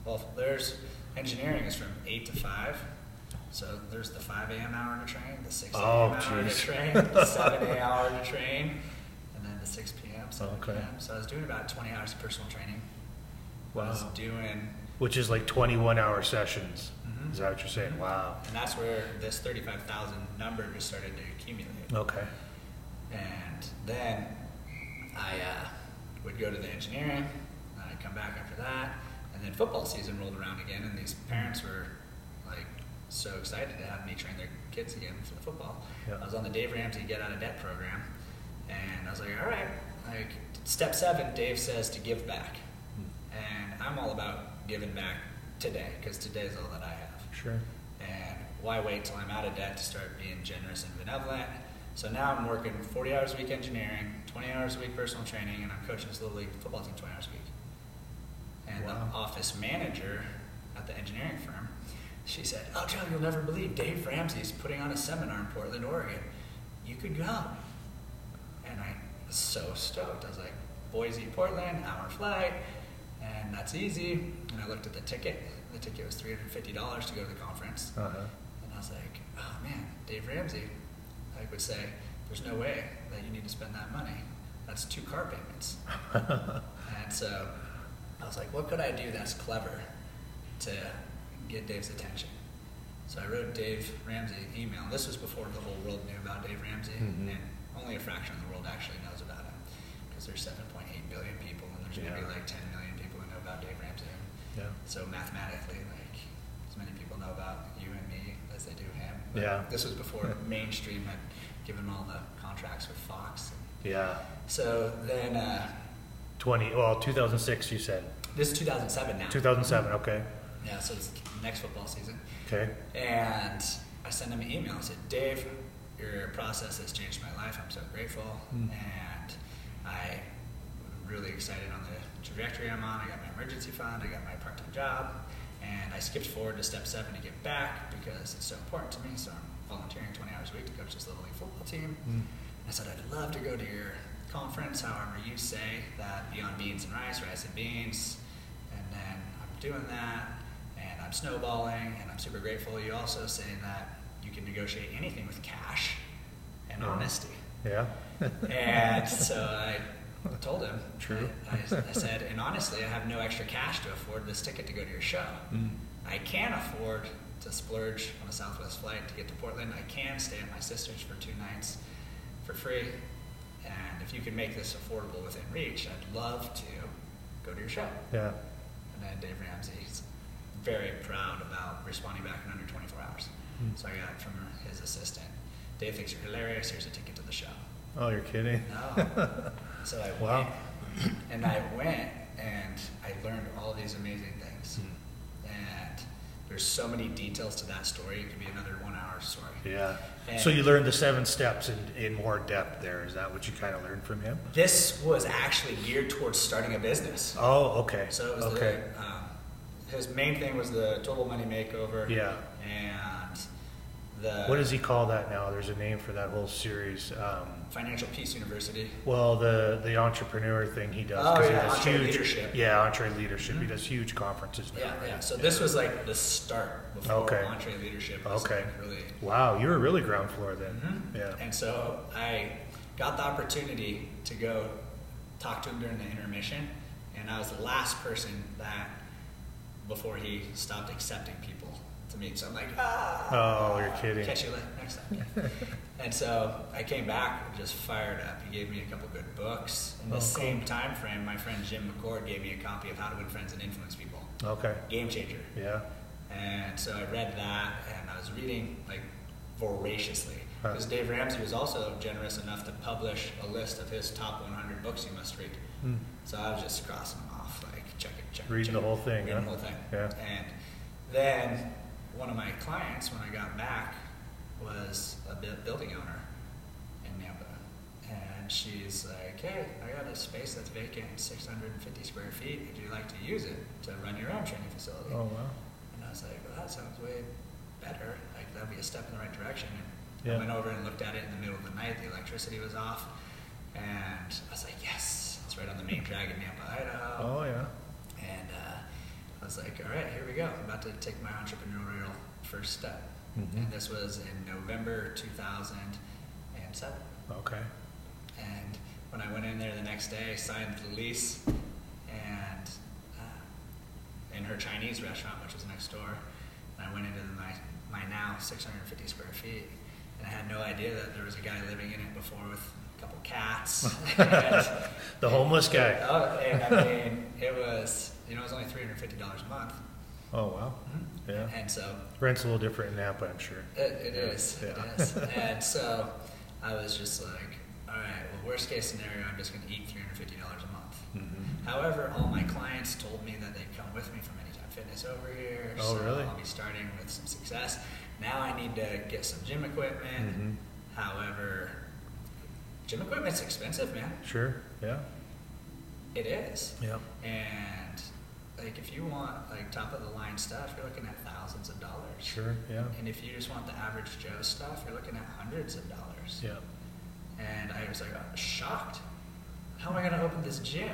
Speaker 2: Well, there's engineering is from 8 to 5. So there's the 5 a.m. hour to train, the 6 a.m.
Speaker 1: Oh,
Speaker 2: hour to
Speaker 1: geez.
Speaker 2: train, the 7 a.m. hour to train, and then the 6 p.m. 7
Speaker 1: Okay.
Speaker 2: p.m. So I was doing about 20 hours of personal training. I was
Speaker 1: Wow.
Speaker 2: doing,
Speaker 1: Which is like 21 hour sessions.
Speaker 2: Mhm.
Speaker 1: Is that what you're saying? Wow.
Speaker 2: and that's where this 35,000 number just started to accumulate.
Speaker 1: Okay.
Speaker 2: And then I uh, would go to the engineering, and I'd come back after that, and then football season rolled around again, and these parents were like so excited to have me train their kids again for the football.
Speaker 1: Yeah.
Speaker 2: I was on the Dave Ramsey Get Out of Debt program, and I was like, all right, like step seven, Dave says to give back, and I'm all about giving back today because today's all that I have.
Speaker 1: Sure.
Speaker 2: And why wait till I'm out of debt to start being generous and benevolent? So now I'm working 40 hours a week engineering, 20 hours a week personal training, and I'm coaching this little league football team 20 hours a week. And
Speaker 1: Wow.
Speaker 2: the office manager at the engineering firm, she said, "Oh, Joe, you'll never believe Dave Ramsey's putting on a seminar in Portland, Oregon. You could go." And I was so stoked. I was like, "Boise, Portland, hour flight, and that's easy." And I looked at the ticket. The ticket was $350 to go to the conference.
Speaker 1: Uh huh.
Speaker 2: And I was like, oh man, Dave Ramsey, like would say, there's no way that you need to spend that money. That's two car payments. and so I was like, what could I do that's clever to get Dave's attention? So I wrote Dave Ramsey an email. This was before the whole world knew about Dave Ramsey,
Speaker 1: Mhm.
Speaker 2: and only a fraction of the world actually knows about him because there's 7.8 billion people, and there's maybe
Speaker 1: Yeah.
Speaker 2: like 10 million people who know about Dave Ramsey.
Speaker 1: Yeah.
Speaker 2: So mathematically, like as many people know about you and me as they do him. But
Speaker 1: Yeah.
Speaker 2: This was before mainstream had given all the contracts with Fox.
Speaker 1: Yeah.
Speaker 2: So then uh,
Speaker 1: 20, well, 2006, you said.
Speaker 2: this is 2007 now.
Speaker 1: 2007, okay.
Speaker 2: Yeah. So it's next football season.
Speaker 1: Okay.
Speaker 2: And I sent him an email. I said, Dave, your process has changed my life. I'm so grateful.
Speaker 1: Mm.
Speaker 2: And I'm really excited on the trajectory I'm on. I got my emergency fund, I got my part time job. And I skipped forward to step seven to get back because it's so important to me. So I'm volunteering 20 hours a week to coach this little league football team.
Speaker 1: Mm.
Speaker 2: I said, I'd love to go to your conference, however you say that Beyond Beans and Rice, Rice and Beans. And then I'm doing that, and I'm snowballing, and I'm super grateful. You also say that you can negotiate anything with cash and
Speaker 1: Yeah.
Speaker 2: honesty.
Speaker 1: Yeah.
Speaker 2: And so I told him,
Speaker 1: True.
Speaker 2: I, I said, and honestly, I have no extra cash to afford this ticket to go to your show.
Speaker 1: Mm.
Speaker 2: I can afford to splurge on a Southwest flight to get to Portland. I can stay at my sister's for two nights for free. And if you can make this affordable within reach, I'd love to go to your show.
Speaker 1: Yeah.
Speaker 2: And then Dave Ramsey's very proud about responding back in under 24 hours.
Speaker 1: Hmm.
Speaker 2: So I got it from his assistant. Dave thinks you're hilarious. Here's a ticket to the show.
Speaker 1: Oh, you're kidding.
Speaker 2: No. So I
Speaker 1: Wow.
Speaker 2: went, and I went, and I learned all these amazing things.
Speaker 1: Hmm.
Speaker 2: And there's so many details to that story. It could be another one-hour story.
Speaker 1: Yeah.
Speaker 2: And-
Speaker 1: So you learned the seven steps in, in more depth there. Is that what you kind of learned from him?
Speaker 2: This was actually geared towards starting a business.
Speaker 1: Oh, okay.
Speaker 2: So it was
Speaker 1: okay.
Speaker 2: the, um, his main thing was the total money makeover.
Speaker 1: Yeah.
Speaker 2: And the
Speaker 1: what does he call that now? There's a name for that whole series. Um,
Speaker 2: Financial Peace University.
Speaker 1: well, the the entrepreneur thing he does.
Speaker 2: Oh,
Speaker 1: 'cause he
Speaker 2: yeah,
Speaker 1: does
Speaker 2: entre
Speaker 1: huge,
Speaker 2: leadership.
Speaker 1: Yeah, entre leadership. He
Speaker 2: Mhm.
Speaker 1: does huge conferences now.
Speaker 2: Yeah,
Speaker 1: right?
Speaker 2: yeah. So this was like the start before
Speaker 1: Okay.
Speaker 2: entree leadership was
Speaker 1: Okay.
Speaker 2: like really
Speaker 1: Wow, you were really ground floor then.
Speaker 2: Mhm.
Speaker 1: Yeah.
Speaker 2: And so I got the opportunity to go talk to him during the intermission, and I was the last person that before he stopped accepting people to meet. So I'm like, ah.
Speaker 1: Oh, you're kidding.
Speaker 2: Catch you later next time. and so I came back just fired up. He gave me a couple good books. In the
Speaker 1: Oh, cool.
Speaker 2: same time frame, my friend Jim McCord gave me a copy of How to Win Friends and Influence People.
Speaker 1: Okay.
Speaker 2: Game changer.
Speaker 1: Yeah.
Speaker 2: And so I read that, and I was reading like voraciously
Speaker 1: Huh.
Speaker 2: because Dave Ramsey was also generous enough to publish a list of his top 100 books you must read.
Speaker 1: Mm.
Speaker 2: So I was just crossing them off, like check it, check it,
Speaker 1: Reading
Speaker 2: check
Speaker 1: the
Speaker 2: it,
Speaker 1: whole thing,
Speaker 2: reading
Speaker 1: huh?
Speaker 2: the whole thing.
Speaker 1: Yeah.
Speaker 2: And then one of my clients, when I got back, was a bu- building owner in Nampa, and she's like, "Hey, I got a space that's vacant, 650 square feet. Would you like to use it to run your own training facility?"
Speaker 1: Oh wow.
Speaker 2: And I was like, well, that sounds way better. Like, that'd be a step in the right direction. And
Speaker 1: Yeah.
Speaker 2: I went over and looked at it in the middle of the night. The electricity was off. And I was like, yes, it's right on the main drag in Nampa, Idaho.
Speaker 1: Oh yeah.
Speaker 2: And uh, I was like, all right, here we go. I'm about to take my entrepreneurial first step.
Speaker 1: Mhm.
Speaker 2: And this was in November 2007.
Speaker 1: Okay.
Speaker 2: And when I went in there the next day, I signed the lease, and uh, in her Chinese restaurant, which was next door, and I went into the, my, my now 650 square feet, and I had no idea that there was a guy living in it before with a couple cats. and,
Speaker 1: The homeless guy.
Speaker 2: oh, and I mean, it was you know it was only $350 a month.
Speaker 1: Oh wow. Yeah.
Speaker 2: And so
Speaker 1: Rent's a little different in Napa, I'm sure.
Speaker 2: It, it is.
Speaker 1: Yeah.
Speaker 2: It is. and so I was just like, all right, well, worst case scenario, I'm just going to eat $350 a month.
Speaker 1: Mhm.
Speaker 2: However, all my clients told me that they'd come with me from Anytime Fitness over here.
Speaker 1: Oh,
Speaker 2: so
Speaker 1: really?
Speaker 2: I'll be starting with some success. Now I need to get some gym equipment.
Speaker 1: Mhm.
Speaker 2: However, gym equipment's expensive, man.
Speaker 1: Sure. Yeah.
Speaker 2: It is.
Speaker 1: Yeah.
Speaker 2: And like, if you want like top of the line stuff, you're looking at thousands of dollars.
Speaker 1: Sure. Yeah.
Speaker 2: And if you just want the average Joe stuff, you're looking at hundreds of dollars.
Speaker 1: Yeah.
Speaker 2: And I was like uh, shocked. How am I going to open this gym?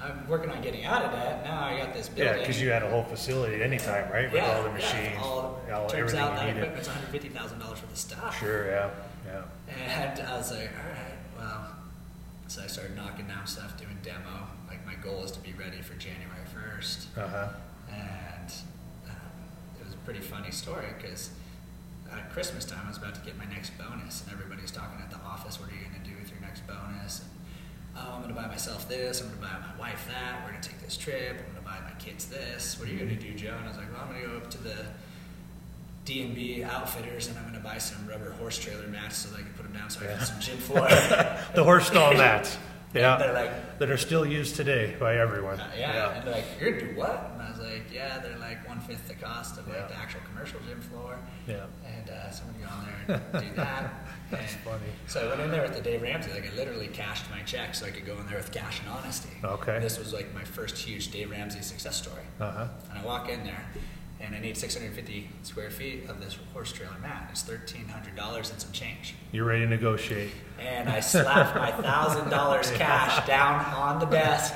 Speaker 2: I'm working on getting out of that. Now I got this building.
Speaker 1: Yeah, because you had a whole facility anytime, right? With
Speaker 2: Yeah,
Speaker 1: all the
Speaker 2: yeah,
Speaker 1: machines,
Speaker 2: all-
Speaker 1: all-
Speaker 2: turns
Speaker 1: everything
Speaker 2: out
Speaker 1: you
Speaker 2: that
Speaker 1: needed.
Speaker 2: equipment's one hundred fifty thousand dollars for the stuff.
Speaker 1: Sure. Yeah. Yeah.
Speaker 2: And I was like, all right, well, So I started knocking down stuff, doing demo. Like my goal is to be ready for January first,
Speaker 1: Uh huh.
Speaker 2: and um, it was a pretty funny story because at Christmas time I was about to get my next bonus, and everybody's talking at the office, "What are you going to do with your next bonus?" And oh, I'm going to buy myself this. I'm going to buy my wife that. We're going to take this trip. I'm going to buy my kids this. What are you going to do, Joe? And I was like, "Well, I'm going to go up to the." D&B Outfitters, and I'm going to buy some rubber horse trailer mats so that I can put them down so I can have some gym floor.
Speaker 1: The horse stall mats.
Speaker 2: They're
Speaker 1: Yeah.
Speaker 2: like,
Speaker 1: That are still used today by everyone.
Speaker 2: uh, yeah. And they're like, you're gonna do what? And I was like, yeah, they're like one fifth the cost of like
Speaker 1: Yeah.
Speaker 2: the actual commercial gym floor.
Speaker 1: Yeah.
Speaker 2: And uh, so I'm gonna go on there and do that.
Speaker 1: That's
Speaker 2: And
Speaker 1: funny.
Speaker 2: So I went in there with the Dave Ramsey. Like I literally cashed my check so I could go in there with cash and honesty.
Speaker 1: Okay.
Speaker 2: And this was like my first huge Dave Ramsey success story.
Speaker 1: Uh huh.
Speaker 2: And I walk in there, and I need 650 square feet of this horse trailer mat. It's $1,300 and some change
Speaker 1: You're ready to negotiate.
Speaker 2: and I slapped my thousand dollars cash down on the desk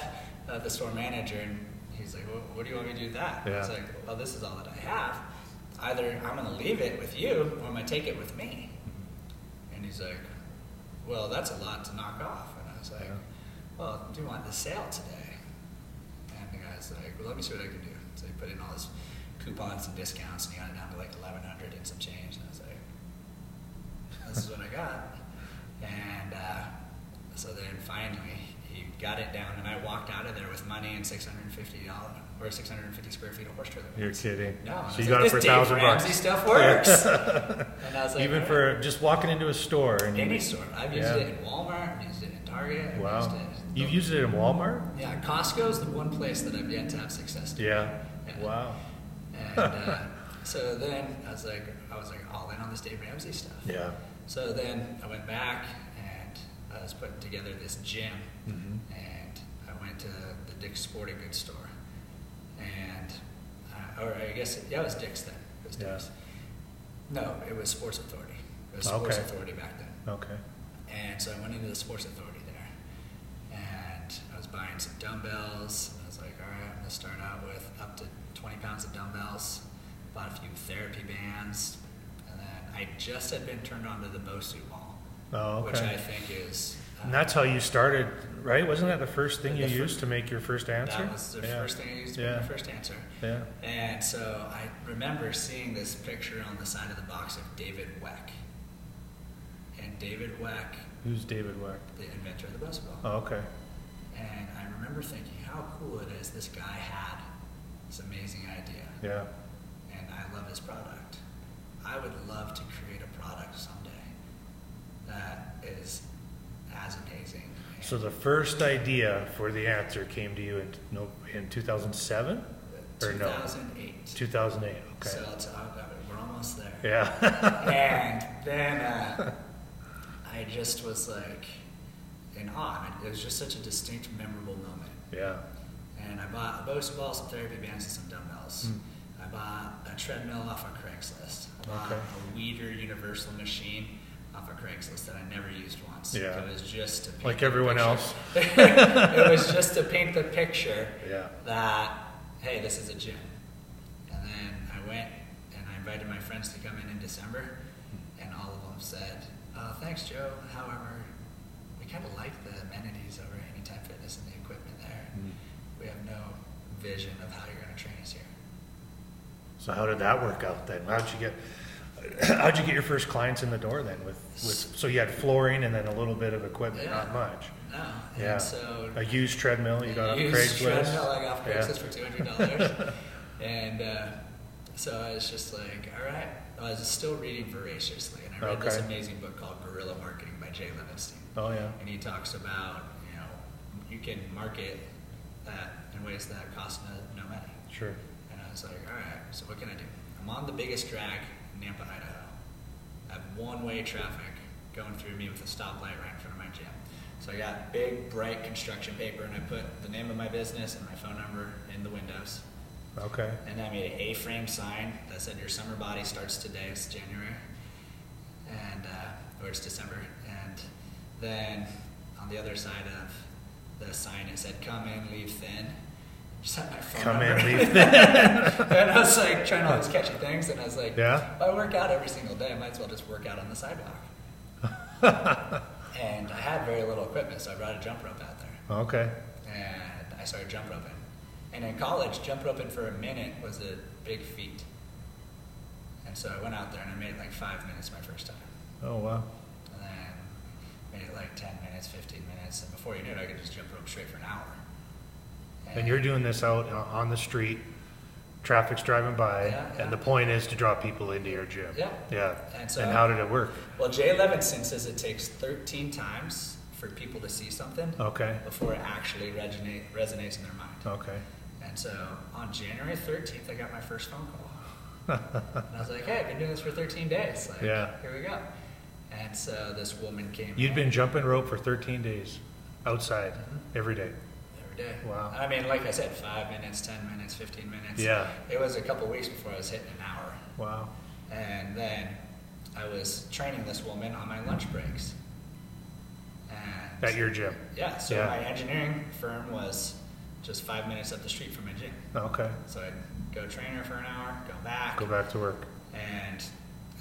Speaker 2: of the store manager, and he's like, well, "What do you want me to do with that?" I was
Speaker 1: Yeah.
Speaker 2: like, "Well, this is all that I have. Either I'm going to leave it with you, or I'm going to take it with me." And he's like, "Well, that's a lot to knock off." And I was like,
Speaker 1: Yeah.
Speaker 2: "Well, do you want the sale today?" And the guy's like, "Well, let me see what I can do." So he put in all his coupons and discounts, and he got it down to like eleven hundred and some change. And I was like, this is what I got. And uh, so then finally he got it down, and I walked out of there with money and six hundred and fifty dollars or six hundred and fifty square feet of horse trailer.
Speaker 1: You're kidding.
Speaker 2: No, and I
Speaker 1: So
Speaker 2: was
Speaker 1: you got
Speaker 2: like,
Speaker 1: it for a
Speaker 2: "This Dave
Speaker 1: thousand
Speaker 2: Ramsey
Speaker 1: bucks.
Speaker 2: stuff works. and I was like,
Speaker 1: Even
Speaker 2: "All
Speaker 1: for just walking into a store and
Speaker 2: right." any store. I've used
Speaker 1: Yeah.
Speaker 2: it in Walmart. I've used it in Target. I've
Speaker 1: wow,
Speaker 2: used it.
Speaker 1: you've used it in Walmart.
Speaker 2: yeah, Costco's the one place that I've yet to have success. To.
Speaker 1: Yeah.
Speaker 2: Yeah.
Speaker 1: Wow.
Speaker 2: And uh, so then I was like, I was like all in on this Dave Ramsey stuff.
Speaker 1: Yeah.
Speaker 2: So then I went back and I was putting together this gym,
Speaker 1: Mhm.
Speaker 2: and I went to the Dick's Sporting Goods store, and uh, or I guess yeah, it was Dick's then. It was
Speaker 1: Yeah.
Speaker 2: Dick's. No, it was Sports Authority. It was Sports
Speaker 1: Okay.
Speaker 2: Authority back then.
Speaker 1: Okay.
Speaker 2: And so I went into the Sports Authority there, and I was buying some dumbbells. I was like, all right, I'm gonna start out with up to 20 pounds of dumbbells. Bought a few therapy bands, and then I just had been turned on to the Bosu ball,
Speaker 1: Oh,
Speaker 2: which I
Speaker 1: okay.
Speaker 2: think is uh,
Speaker 1: And that's how you started, right? Wasn't that the first thing
Speaker 2: The
Speaker 1: you
Speaker 2: fir-
Speaker 1: used to make your first answer?
Speaker 2: that was the
Speaker 1: yeah.
Speaker 2: first thing I used to
Speaker 1: Yeah.
Speaker 2: put my first answer.
Speaker 1: Yeah.
Speaker 2: And so I remember seeing this picture on the side of the box of David Weck, and David Weck,
Speaker 1: Who's David Weck?
Speaker 2: the inventor of the Bosu ball.
Speaker 1: Oh, okay.
Speaker 2: And I remember thinking how cool it is this guy had this amazing idea
Speaker 1: Yeah.
Speaker 2: and I love his product. I would love to create a product someday that is as amazing.
Speaker 1: So the first idea for the answer came to you in no in 2007, or no?
Speaker 2: 2008.
Speaker 1: 2008. Okay.
Speaker 2: So I'll tell you, we're almost there.
Speaker 1: yeah.
Speaker 2: and then uh, I just was like in awe. It was just such a distinct, memorable moment.
Speaker 1: yeah.
Speaker 2: and I bought a Bosu ball, some therapy bands, and some dumbbells.
Speaker 1: Hmm.
Speaker 2: I bought a treadmill off of Craigslist. I bought
Speaker 1: Okay.
Speaker 2: a Weeder universal machine off of Craigslist that I never used once.
Speaker 1: Yeah.
Speaker 2: It was just to paint
Speaker 1: Like
Speaker 2: the
Speaker 1: everyone
Speaker 2: picture-
Speaker 1: else.
Speaker 2: it was just to paint the picture
Speaker 1: Yeah.
Speaker 2: that hey, this is a gym. And then I went and I invited my friends to come in in December, and all of them said, uh, "Thanks, Joe. However, we kind of like the amenities over Anytime Fitness and the equipment there.
Speaker 1: Mm.
Speaker 2: We have no vision of how you're going to train us here."
Speaker 1: So how did that work out then? How'd you get how'd you get your first clients in the door then with, with so you had flooring and then a little bit of equipment,
Speaker 2: Yeah.
Speaker 1: not much.
Speaker 2: No.
Speaker 1: Yeah.
Speaker 2: Oh, And so
Speaker 1: A used treadmill you got off
Speaker 2: used
Speaker 1: Craigslist.
Speaker 2: treadmill I got off
Speaker 1: Yeah.
Speaker 2: Craigslist for two hundred dollars, and uh, so I was just like, all right. I was still reading voraciously, and I read this
Speaker 1: Okay.
Speaker 2: amazing book called Guerrilla Marketing by Jay Levinstein,
Speaker 1: Oh yeah.
Speaker 2: and he talks about you know you can market that in ways that cost no, no money.
Speaker 1: Sure.
Speaker 2: And I was like, all right, so what can I do? I'm on the biggest drag in Nampa, Idaho. I have one-way traffic going through me with a stoplight right in front of my gym. So I got big, bright construction paper, and I put the name of my business and my phone number in the windows.
Speaker 1: Okay.
Speaker 2: And I made an A-frame sign that said, "Your summer body starts today. It's January, and uh, or it's December." And then on the other side of the sign, it said, "Come in, leave thin." Just had my phone
Speaker 1: Come
Speaker 2: number.
Speaker 1: in, leave thin.
Speaker 2: and I was like trying all these catchy things, and I was like,
Speaker 1: Yeah?
Speaker 2: "If I work out every single day. I might as well just work out on the sidewalk." And I had very little equipment, so I brought a jump rope out there.
Speaker 1: Okay.
Speaker 2: and I started jump roping. And in college, jump roping for a minute was a big feat. And so I went out there and I made like five minutes my first time.
Speaker 1: Oh wow.
Speaker 2: And then made it like 10 minutes, 15 minutes. And before you knew it, I could just jump rope straight for an hour.
Speaker 1: And you're doing this out o- on the street, traffic's driving by,
Speaker 2: Yeah, yeah.
Speaker 1: and the point is to draw people into your gym.
Speaker 2: Yeah.
Speaker 1: Yeah.
Speaker 2: And so-
Speaker 1: and how did it work?
Speaker 2: Well, Jay Levinson says it takes 13 times for people to see something
Speaker 1: Okay.
Speaker 2: before it actually resonate, resonates in their mind.
Speaker 1: Okay.
Speaker 2: And so on January 13th, I got my first phone call. and I was like, hey, I've been doing this for 13 days. Like,
Speaker 1: Yeah.
Speaker 2: Here we go. And so this woman came
Speaker 1: You'd
Speaker 2: in
Speaker 1: been jumping rope for 13 days, outside,
Speaker 2: Mm-hmm.
Speaker 1: every day.
Speaker 2: every day.
Speaker 1: Wow.
Speaker 2: I mean, like I said, five minutes, 10 minutes, 15 minutes.
Speaker 1: Yeah.
Speaker 2: It was a couple weeks before I was hitting an hour.
Speaker 1: Wow.
Speaker 2: And then I was training this woman on my lunch breaks. And
Speaker 1: At your gym.
Speaker 2: yeah, so
Speaker 1: Yeah.
Speaker 2: my engineering firm was just five minutes up the street from my gym.
Speaker 1: Okay.
Speaker 2: So I'd go train her for an hour, go back,
Speaker 1: Go back to work.
Speaker 2: And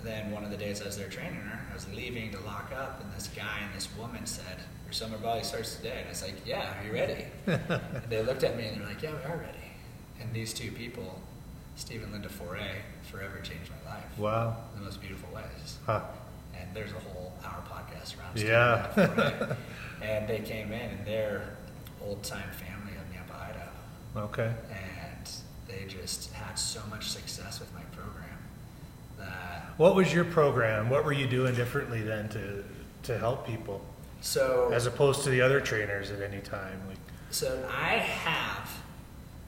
Speaker 2: then one of the days I was there training her, I was leaving to lock up, and this guy and this woman said, Your summer body starts today. And I was like, Yeah, are you ready? and they looked at me and they're like, Yeah, we are ready. And these two people, Steve and Linda Foray, forever changed my life
Speaker 1: Wow.
Speaker 2: in the most beautiful ways.
Speaker 1: Huh.
Speaker 2: And there's a whole hour podcast around Steve
Speaker 1: Yeah.
Speaker 2: and Linda Foray. and they came in, and they're old time family of Nampa, Idaho
Speaker 1: Okay.
Speaker 2: and they just had so much success with my program that
Speaker 1: What was your program? What were you doing differently then to to help people,
Speaker 2: so
Speaker 1: as opposed to the other trainers at any time? Like,
Speaker 2: so I have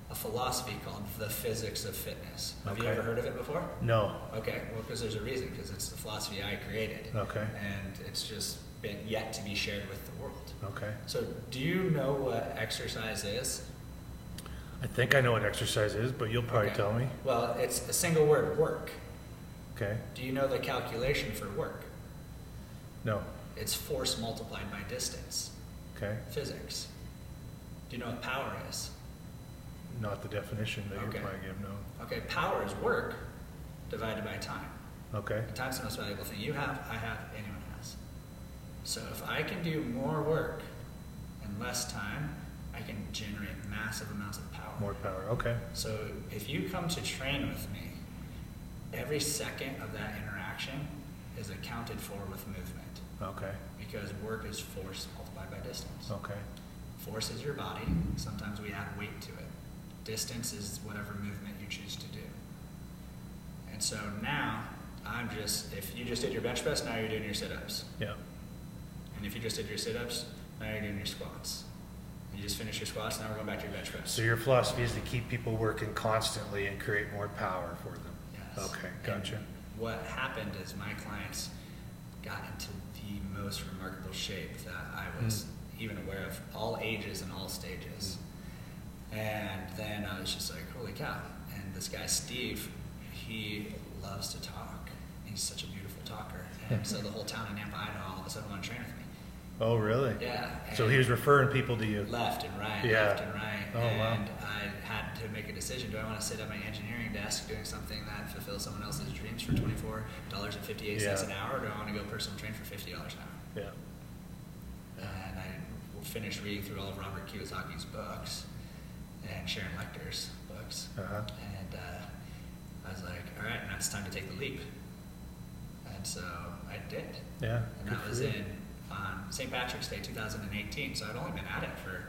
Speaker 2: a philosophy called the physics of fitness. Have you
Speaker 1: Okay.
Speaker 2: ever heard of it before?
Speaker 1: no.
Speaker 2: Okay, well, because there's a reason, because it's the philosophy I created,
Speaker 1: Okay.
Speaker 2: and it's just been yet to be shared with the world.
Speaker 1: Okay.
Speaker 2: So, do you know what exercise is?
Speaker 1: I think I know what exercise is, but you'll probably
Speaker 2: Okay.
Speaker 1: tell me.
Speaker 2: Well, it's a single word work.
Speaker 1: Okay.
Speaker 2: Do you know the calculation for work?
Speaker 1: No.
Speaker 2: It's force multiplied by distance.
Speaker 1: Okay.
Speaker 2: physics. Do you know what power is?
Speaker 1: Not the definition that
Speaker 2: Okay.
Speaker 1: you're probably giving. No.
Speaker 2: Okay, power is work divided by time.
Speaker 1: Okay.
Speaker 2: And time's the most valuable thing you have, I have, anyone has. So if I can do more work in less time, I can generate massive amounts of power.
Speaker 1: More power. Okay.
Speaker 2: So if you come to train with me, every second of that interaction is accounted for with movement
Speaker 1: Okay.
Speaker 2: because work is force multiplied by distance.
Speaker 1: Okay.
Speaker 2: Force is your body. Sometimes we add weight to it. Distance is whatever movement you choose to do. And so now I'm just, if you just did your bench press, now you're doing your sit ups.
Speaker 1: Yeah.
Speaker 2: And if you just did your sit ups, now you're doing your squats. You just finished your squats, now we're going back to your bench press.
Speaker 1: So your philosophy is to keep people working constantly and create more power for them.
Speaker 2: Yes.
Speaker 1: Okay.
Speaker 2: And
Speaker 1: Gotcha.
Speaker 2: what happened is my clients got into the most remarkable shape that I
Speaker 1: Hmm.
Speaker 2: was even aware of, all ages and all stages.
Speaker 1: Hmm.
Speaker 2: And then I was just like, holy cow. And this guy, Steve, he loves to talk. He's such a beautiful talker.
Speaker 1: Hmm.
Speaker 2: And so the whole town in Nampa, Idaho, all of a sudden want to train with me.
Speaker 1: Oh, really?
Speaker 2: Yeah.
Speaker 1: So
Speaker 2: and-
Speaker 1: he was referring people to you.
Speaker 2: left and right,
Speaker 1: Yeah.
Speaker 2: left and right.
Speaker 1: Oh, wow.
Speaker 2: and I had to make a decision. Do I want to sit at my engineering desk doing something that fulfills someone else's dreams for $24.58
Speaker 1: Yeah.
Speaker 2: an hour, or do I want to go personal train for $50 an hour?
Speaker 1: Yeah.
Speaker 2: And I finished reading through all of Robert Kiyosaki's books and Sharon Lechter's books.
Speaker 1: Uh huh.
Speaker 2: And uh, I was like, all right, now it's time to take the leap. And so I did.
Speaker 1: Yeah.
Speaker 2: And
Speaker 1: Good
Speaker 2: that
Speaker 1: for
Speaker 2: was
Speaker 1: you.
Speaker 2: in um, St. Patrick's Day 2018. So I'd only been at it for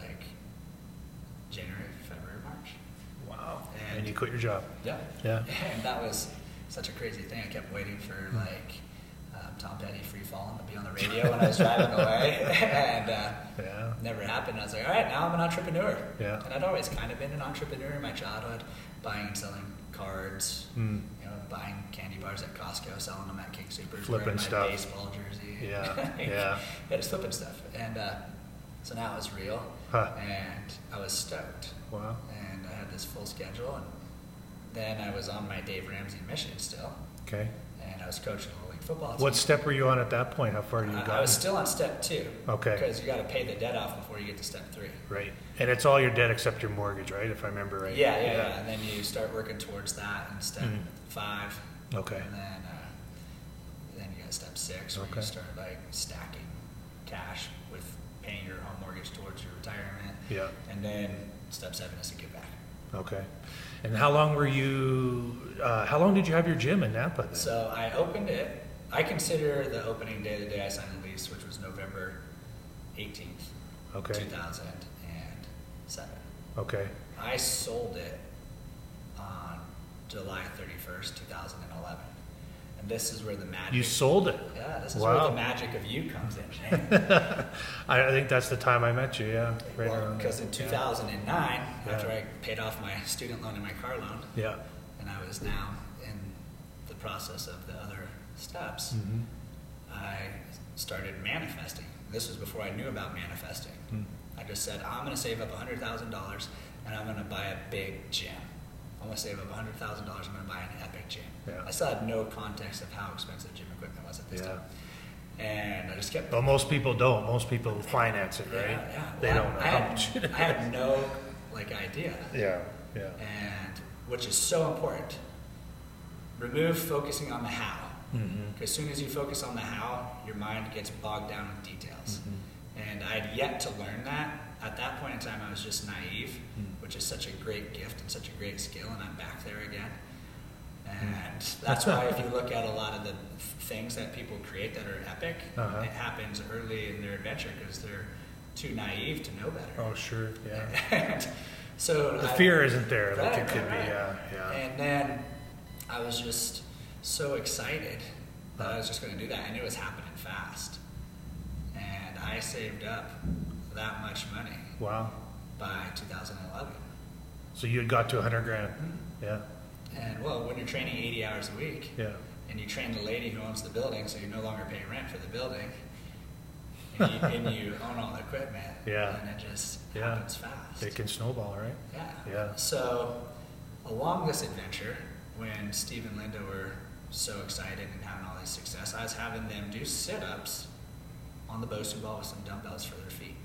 Speaker 2: like January, February, March.
Speaker 1: Wow.
Speaker 2: And-
Speaker 1: and you quit your job.
Speaker 2: Yeah.
Speaker 1: Yeah.
Speaker 2: And that was such a crazy thing. I kept waiting for like um, Tom Petty free falling to be on the radio when I was driving away. and uh,
Speaker 1: Yeah.
Speaker 2: never happened. I was like, all right, now I'm an entrepreneur.
Speaker 1: Yeah.
Speaker 2: And I'd always kind of been an entrepreneur in my childhood, buying and selling cards,
Speaker 1: Hmm.
Speaker 2: you know, buying candy bars at Costco, selling them at King Supers,
Speaker 1: Flipping
Speaker 2: wearing my
Speaker 1: stuff.
Speaker 2: baseball jersey.
Speaker 1: Yeah,
Speaker 2: Like,
Speaker 1: yeah.
Speaker 2: Yeah, just flipping stuff. And uh, so now it was real,
Speaker 1: Huh.
Speaker 2: and I was stoked.
Speaker 1: Wow.
Speaker 2: And I had this full schedule, and then I was on my Dave Ramsey mission still,
Speaker 1: Okay.
Speaker 2: and I was coaching the league football team.
Speaker 1: What step were you on at that point? How far do you
Speaker 2: I,
Speaker 1: go?
Speaker 2: I was still on step two.
Speaker 1: Okay.
Speaker 2: Because you got to pay the debt off before you get to step three.
Speaker 1: Right. And it's all your debt except your mortgage, right? If I remember right.
Speaker 2: Yeah, yeah, yeah. And then you start working towards that in step
Speaker 1: Mhm.
Speaker 2: five.
Speaker 1: Okay.
Speaker 2: And then, uh, then you got step six where
Speaker 1: Okay.
Speaker 2: you start like stacking cash with paying your home mortgage towards your retirement.
Speaker 1: Yeah.
Speaker 2: And then step seven is to give back.
Speaker 1: Okay. And how long were you, uh, how long did you have your gym in Napa then?
Speaker 2: So I opened it. I consider the opening day the day I signed the lease, which was November 18th,
Speaker 1: Okay,
Speaker 2: 2007.
Speaker 1: okay,
Speaker 2: I sold it on July 31st, 2011. And this is where the magic.
Speaker 1: you sold it.
Speaker 2: Yeah, this is where
Speaker 1: Wow.
Speaker 2: the magic of you comes in. man.
Speaker 1: I, I think that's the time I met you, yeah. Right around
Speaker 2: Because
Speaker 1: there.
Speaker 2: in 2009, after
Speaker 1: Yeah.
Speaker 2: I paid off my student loan and my car loan,
Speaker 1: Yeah.
Speaker 2: and I was now in the process of the other steps,
Speaker 1: Mhm.
Speaker 2: I started manifesting. This was before I knew about manifesting.
Speaker 1: Hmm.
Speaker 2: I just said, I'm going to save up $100,000 and I'm going to buy a big gym. I'm going to save up $100,000, I'm going to buy an epic gym.
Speaker 1: Yeah.
Speaker 2: I still had no context of how expensive gym equipment was at this
Speaker 1: Yeah.
Speaker 2: time. And I just kept
Speaker 1: But most people don't. Most people finance it, right?
Speaker 2: yeah, yeah.
Speaker 1: They
Speaker 2: Well,
Speaker 1: don't know
Speaker 2: I,
Speaker 1: how
Speaker 2: had,
Speaker 1: much.
Speaker 2: I had no like idea,
Speaker 1: Yeah, yeah.
Speaker 2: and which is so important. Remove focusing on the how.
Speaker 1: Mhm.
Speaker 2: Because as soon as you focus on the how, your mind gets bogged down with details. And I had yet to learn that. At that point in time, I was just naive,
Speaker 1: Mm.
Speaker 2: which is such a great gift and such a great skill, and I'm back there again. And that's why, if you look at a lot of the things that people create that are epic,
Speaker 1: Uh-huh.
Speaker 2: it happens early in their adventure because they're too naive to know better.
Speaker 1: Oh, sure, yeah.
Speaker 2: And so
Speaker 1: The
Speaker 2: I-
Speaker 1: fear isn't there like it
Speaker 2: Right,
Speaker 1: could be,
Speaker 2: right, right.
Speaker 1: yeah, yeah.
Speaker 2: And then I was just so excited that I was just going to do that, and it was happening fast. And I saved up that much money
Speaker 1: Wow.
Speaker 2: by 2011.
Speaker 1: So you had got to 100 grand. Yeah,
Speaker 2: And well, when you're training 80 hours a week,
Speaker 1: yeah.
Speaker 2: and you train the lady who owns the building, so you no longer pay rent for the building, and you, and you own all the equipment,
Speaker 1: Yeah.
Speaker 2: and it just
Speaker 1: Yeah.
Speaker 2: happens fast.
Speaker 1: It can snowball, right?
Speaker 2: Yeah.
Speaker 1: Yeah.
Speaker 2: So, along this adventure, when Steve and Linda were so excited and having all this success, I was having them do sit ups on the Bosu ball with some dumbbells for their feet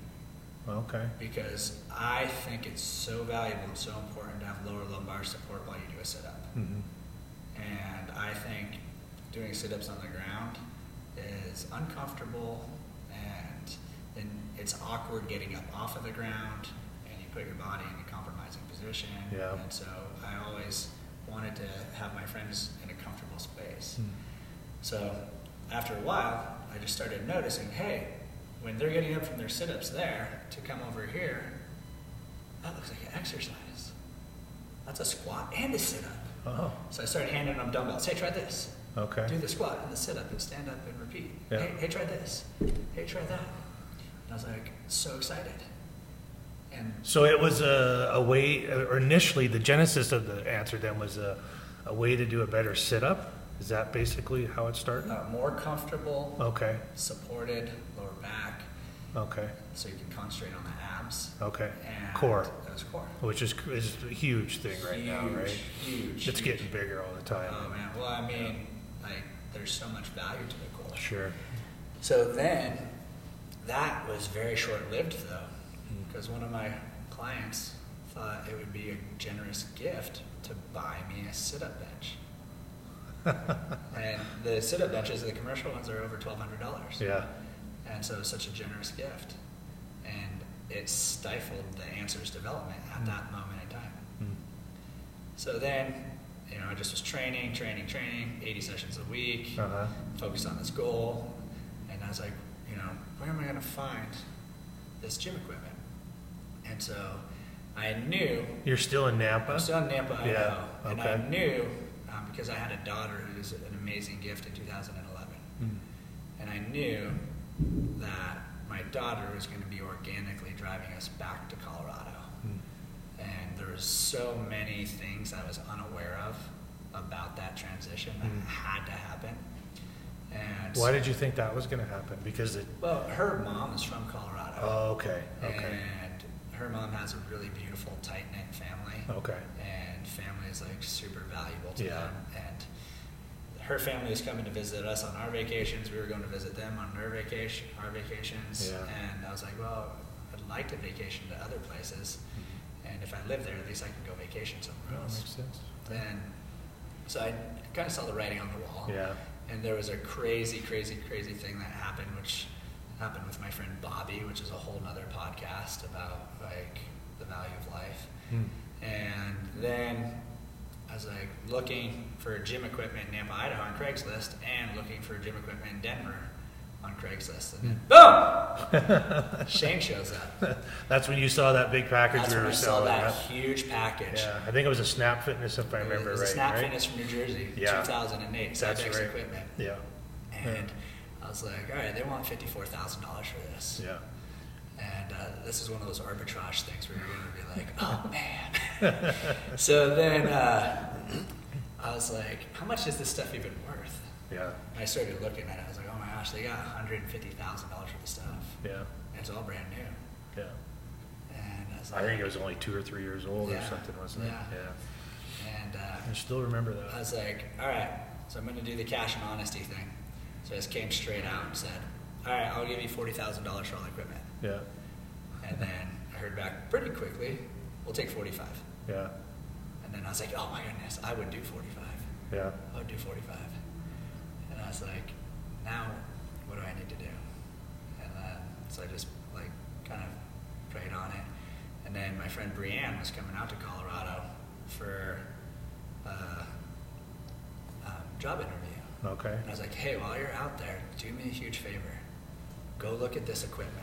Speaker 1: Okay.
Speaker 2: because I think it's so valuable and so important to have lower lumbar support while you do a sit up.
Speaker 1: hmm
Speaker 2: And I think doing sit ups on the ground is uncomfortable and then it's awkward getting up off of the ground and you put your body in a compromising position.
Speaker 1: Yeah.
Speaker 2: And so I always wanted to have my friends in a comfortable space.
Speaker 1: Mm-hmm.
Speaker 2: So after a while, I just started noticing hey, when they're getting up from their sit ups there to come over here, that looks like an exercise. That's a squat and a sit up.
Speaker 1: Oh,
Speaker 2: So I started handing them dumbbells. Hey, try this.
Speaker 1: okay.
Speaker 2: Do the squat and the sit up and stand up and repeat.
Speaker 1: Yeah.
Speaker 2: Hey, hey, try this. Hey, try that. And I was like, so excited. And
Speaker 1: So it was a, a way, or initially, the genesis of the answer then was a, a way to do a better sit up. Is that basically how it started?
Speaker 2: uh, more comfortable,
Speaker 1: Okay,
Speaker 2: supported lower back,
Speaker 1: okay,
Speaker 2: so you can concentrate on the abs.
Speaker 1: okay.
Speaker 2: And
Speaker 1: Core,
Speaker 2: That was core.
Speaker 1: which is, is a huge thing right now,
Speaker 2: Huge,
Speaker 1: right?
Speaker 2: Huge.
Speaker 1: It's
Speaker 2: huge.
Speaker 1: getting bigger all the time.
Speaker 2: Oh man. Well, I mean, like, there's so much value to the core.
Speaker 1: Sure.
Speaker 2: So then, that was very short lived though, because one of my clients thought it would be a generous gift to buy me a sit up bench. and the sit up benches, the commercial ones, are over $1,200.
Speaker 1: Yeah.
Speaker 2: And so it was such a generous gift. And it stifled the answer's development at that moment in time.
Speaker 1: Mm.
Speaker 2: So then, you know, I just was training, training, training, 80 sessions a week
Speaker 1: Uh-huh.
Speaker 2: focused on this goal. And I was like, you know, where am I going to find this gym equipment? And so I knew,
Speaker 1: You're still in
Speaker 2: I
Speaker 1: Napa?
Speaker 2: was still in Nampa, Idaho,
Speaker 1: Yeah,
Speaker 2: and
Speaker 1: okay.
Speaker 2: I knew um, because I had a daughter who was an amazing gift in 2011.
Speaker 1: Mm.
Speaker 2: And I knew that my daughter was going to be organically driving us back to Colorado.
Speaker 1: Mm.
Speaker 2: And there was so many things I was unaware of about that transition that
Speaker 1: Mm.
Speaker 2: had to happen. And
Speaker 1: Why did you think that was going to happen? Because it,
Speaker 2: Well, her mom is from Colorado,
Speaker 1: oh, okay, okay,
Speaker 2: and her mom has a really beautiful, tight knit family,
Speaker 1: okay.
Speaker 2: and family is like super valuable to
Speaker 1: Oh. Yeah.
Speaker 2: them. And her family was coming to visit us on our vacations. We were going to visit them on their vacation, our vacations.
Speaker 1: Yeah.
Speaker 2: And I was like, well, I'd like to vacation to other places, and if I live there, at least I can go vacation
Speaker 1: Mm-hmm. That
Speaker 2: somewhere else.
Speaker 1: makes sense.
Speaker 2: Then, so I kind of saw the writing on the wall
Speaker 1: Yeah.
Speaker 2: and there was a crazy, crazy, crazy thing that happened, which happened with my friend Bobby, which is a whole nother podcast about like the value of life.
Speaker 1: Hmm.
Speaker 2: And then I was like looking for gym equipment in Nampa, Idaho on Craigslist and looking for gym equipment in Denver on Craigslist. And then
Speaker 1: Hmm.
Speaker 2: boom! Shane shows up.
Speaker 1: That's when you saw that big package
Speaker 2: That's
Speaker 1: we
Speaker 2: when I
Speaker 1: were
Speaker 2: saw
Speaker 1: selling.
Speaker 2: that
Speaker 1: huh?
Speaker 2: huge package.
Speaker 1: Yeah, I think it was a Snap Fitness, if I
Speaker 2: it
Speaker 1: remember
Speaker 2: was
Speaker 1: right.
Speaker 2: a Snap
Speaker 1: right?
Speaker 2: Fitness from New Jersey,
Speaker 1: Yeah.
Speaker 2: 2008,
Speaker 1: That's
Speaker 2: Cybex
Speaker 1: right.
Speaker 2: equipment.
Speaker 1: Yeah,
Speaker 2: And I was like, all right, they want $54,000 for this.
Speaker 1: yeah.
Speaker 2: And uh, this is one of those arbitrage things where you're going to be like, oh man. so then uh, I was like, how much is this stuff even worth?
Speaker 1: Yeah,
Speaker 2: And I started looking at it. I was like, oh my gosh, they got $150,000 worth of stuff.
Speaker 1: yeah,
Speaker 2: And it's all brand new.
Speaker 1: yeah.
Speaker 2: And I was
Speaker 1: I
Speaker 2: like,
Speaker 1: think it was only two or three years old or
Speaker 2: Yeah,
Speaker 1: something, wasn't it?
Speaker 2: yeah.
Speaker 1: Yeah.
Speaker 2: and uh,
Speaker 1: I still remember
Speaker 2: I
Speaker 1: that.
Speaker 2: was like, all right, so I'm going to do the cash and honesty thing. So I just came straight out and said, all right, I'll give you $40,000 for all the equipment.
Speaker 1: Yeah,
Speaker 2: And then I heard back pretty quickly, we'll take 45.
Speaker 1: yeah,
Speaker 2: And then I was like, oh my goodness, I would do 45.
Speaker 1: yeah,
Speaker 2: I would do 45. And I was like, now what do I need to do? And then, so I just like kind of prayed on it. And then my friend Brianne was coming out to Colorado for a um, job interview.
Speaker 1: okay.
Speaker 2: And I was like, hey, while you're out there, do me a huge favor. Go look at this equipment.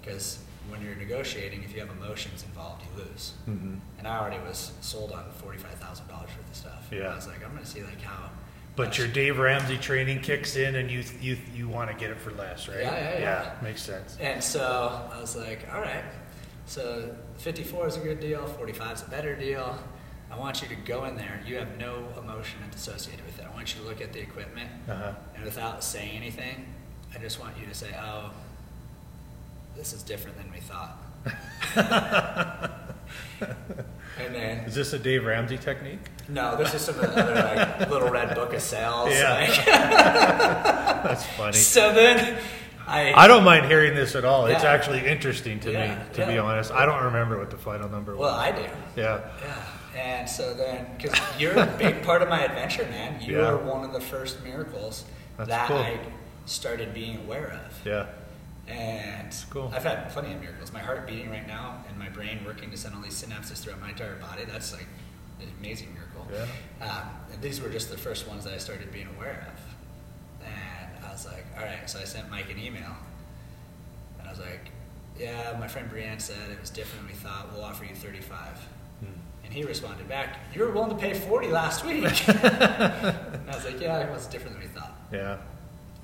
Speaker 2: Because when you're negotiating, if you have emotions involved, you lose.
Speaker 1: hmm
Speaker 2: And I already was sold on $45,000 worth of stuff.
Speaker 1: Yeah.
Speaker 2: I was like, I'm going to see like how.
Speaker 1: But your Dave Ramsey training kicks in, and you you you want to get it for less, right?
Speaker 2: Yeah, yeah, yeah.
Speaker 1: makes sense.
Speaker 2: And so I was like, all right. So 54 is a good deal, 45 is a better deal. I want you to go in there. You have no emotion associated with it. I want you to look at the equipment.
Speaker 1: Uh huh.
Speaker 2: And without saying anything, I just want you to say, oh, this is different than we thought. and then,
Speaker 1: Uh-huh. Is this a Dave Ramsey technique?
Speaker 2: no, there's just some other like, little red book of sales.
Speaker 1: Yeah.
Speaker 2: like-
Speaker 1: That's funny.
Speaker 2: so then I,
Speaker 1: I don't mind hearing this at all. It's
Speaker 2: Yeah.
Speaker 1: actually interesting to
Speaker 2: Yeah,
Speaker 1: me, to be
Speaker 2: yeah.
Speaker 1: honest. I don't remember what the final number
Speaker 2: well,
Speaker 1: was.
Speaker 2: I do.
Speaker 1: yeah,
Speaker 2: Yeah. And so then, because you're a big part of my adventure, man. You
Speaker 1: Yeah.
Speaker 2: were one of the first miracles
Speaker 1: That's
Speaker 2: that
Speaker 1: cool.
Speaker 2: I started being aware of.
Speaker 1: yeah,
Speaker 2: And
Speaker 1: Cool.
Speaker 2: I've had plenty of miracles. My heart beating right now and my brain working to send all these synapses throughout my entire body. That's like an amazing miracle.
Speaker 1: Yeah.
Speaker 2: Um, and these were just the first ones that I started being aware of. And I was like, all right. So I sent Mike an email. And I was like, yeah, my friend Brianne said it was different than we thought. We'll offer you 35.
Speaker 1: Hmm.
Speaker 2: And he responded back, you were willing to pay 40 last week. and I was like, yeah, it was different than we thought
Speaker 1: yeah.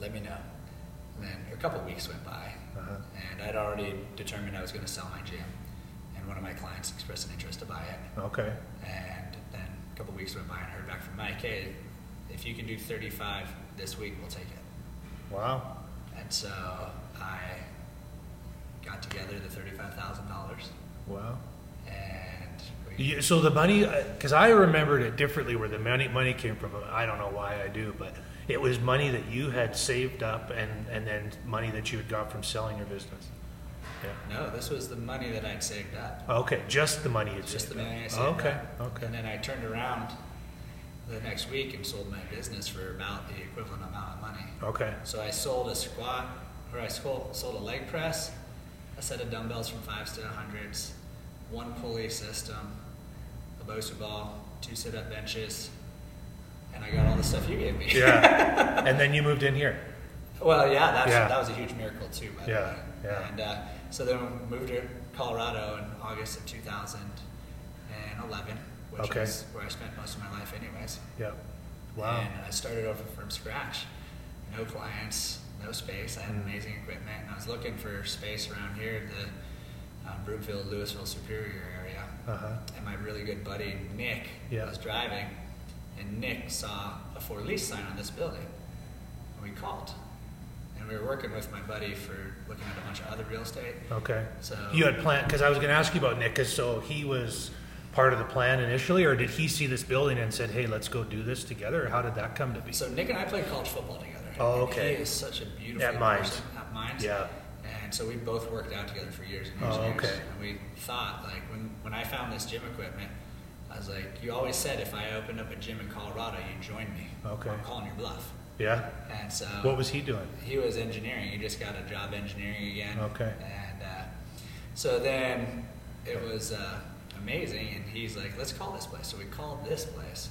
Speaker 2: let me know. And then a couple of weeks went by,
Speaker 1: Uh-huh.
Speaker 2: and I'd already determined I was going to sell my gym. And one of my clients expressed an interest to buy it.
Speaker 1: Okay.
Speaker 2: And then a couple of weeks went by, and I heard back from Mike, hey, if you can do 35 this week, we'll take it.
Speaker 1: Wow.
Speaker 2: And so I got together the $35,000,
Speaker 1: Wow.
Speaker 2: and we,
Speaker 1: You, so the money, because I remembered it differently, where the money money came from. I don't know why I do, but it was money that you had saved up, and and then money that you had got from selling your business. Yeah.
Speaker 2: no, this was the money that I'd saved up.
Speaker 1: Okay, just the money you
Speaker 2: It's just the
Speaker 1: saved.
Speaker 2: money I
Speaker 1: up.
Speaker 2: saved
Speaker 1: Oh, okay.
Speaker 2: up.
Speaker 1: Okay.
Speaker 2: And then I turned around the next week and sold my business for about the equivalent amount of money.
Speaker 1: okay.
Speaker 2: So I sold a squat, or I sold, sold a leg press, a set of dumbbells from fives to hundreds, one pulley system, a Bosu ball, two sit-up benches, and I got all the stuff you gave me.
Speaker 1: Yeah. and then you moved in here.
Speaker 2: Well, yeah, that's,
Speaker 1: Yeah.
Speaker 2: that was a huge miracle too. By the
Speaker 1: Yeah,
Speaker 2: way.
Speaker 1: yeah.
Speaker 2: And uh, so then we moved to Colorado in August of 2011, which
Speaker 1: Okay.
Speaker 2: is where I spent most of my life, anyways.
Speaker 1: Yeah. Wow.
Speaker 2: And I started over from scratch. No clients, no space. I had
Speaker 1: Mm.
Speaker 2: amazing equipment, and I was looking for space around here, the um, Broomfield, Louisville, Superior area.
Speaker 1: Uh huh.
Speaker 2: And my really good buddy Nick
Speaker 1: Yeah.
Speaker 2: was driving, and Nick saw a for lease sign on this building. And we called. And we were working with my buddy for looking at a bunch of other real estate.
Speaker 1: Okay.
Speaker 2: So
Speaker 1: You had planned, because I was going to ask you about Nick, 'cause so he was part of the plan initially, or did he see this building and said, hey, let's go do this together? Or how did that come to be?
Speaker 2: so Nick and I played college football together.
Speaker 1: Oh,
Speaker 2: And
Speaker 1: okay.
Speaker 2: he is such a beautiful
Speaker 1: At Mines.
Speaker 2: person at Mines.
Speaker 1: Yeah.
Speaker 2: And so we both worked out together for years and years
Speaker 1: Oh,
Speaker 2: and years.
Speaker 1: okay.
Speaker 2: And we thought, like, when, when I found this gym equipment, I was like, you always said if I opened up a gym in Colorado, you'd join me.
Speaker 1: Okay.
Speaker 2: I'm calling your bluff.
Speaker 1: Yeah.
Speaker 2: And so
Speaker 1: What was he doing?
Speaker 2: he was engineering. He just got a job engineering again.
Speaker 1: Okay.
Speaker 2: And uh, so then it was uh, amazing, and he's like, "Let's call this place." So we called this place,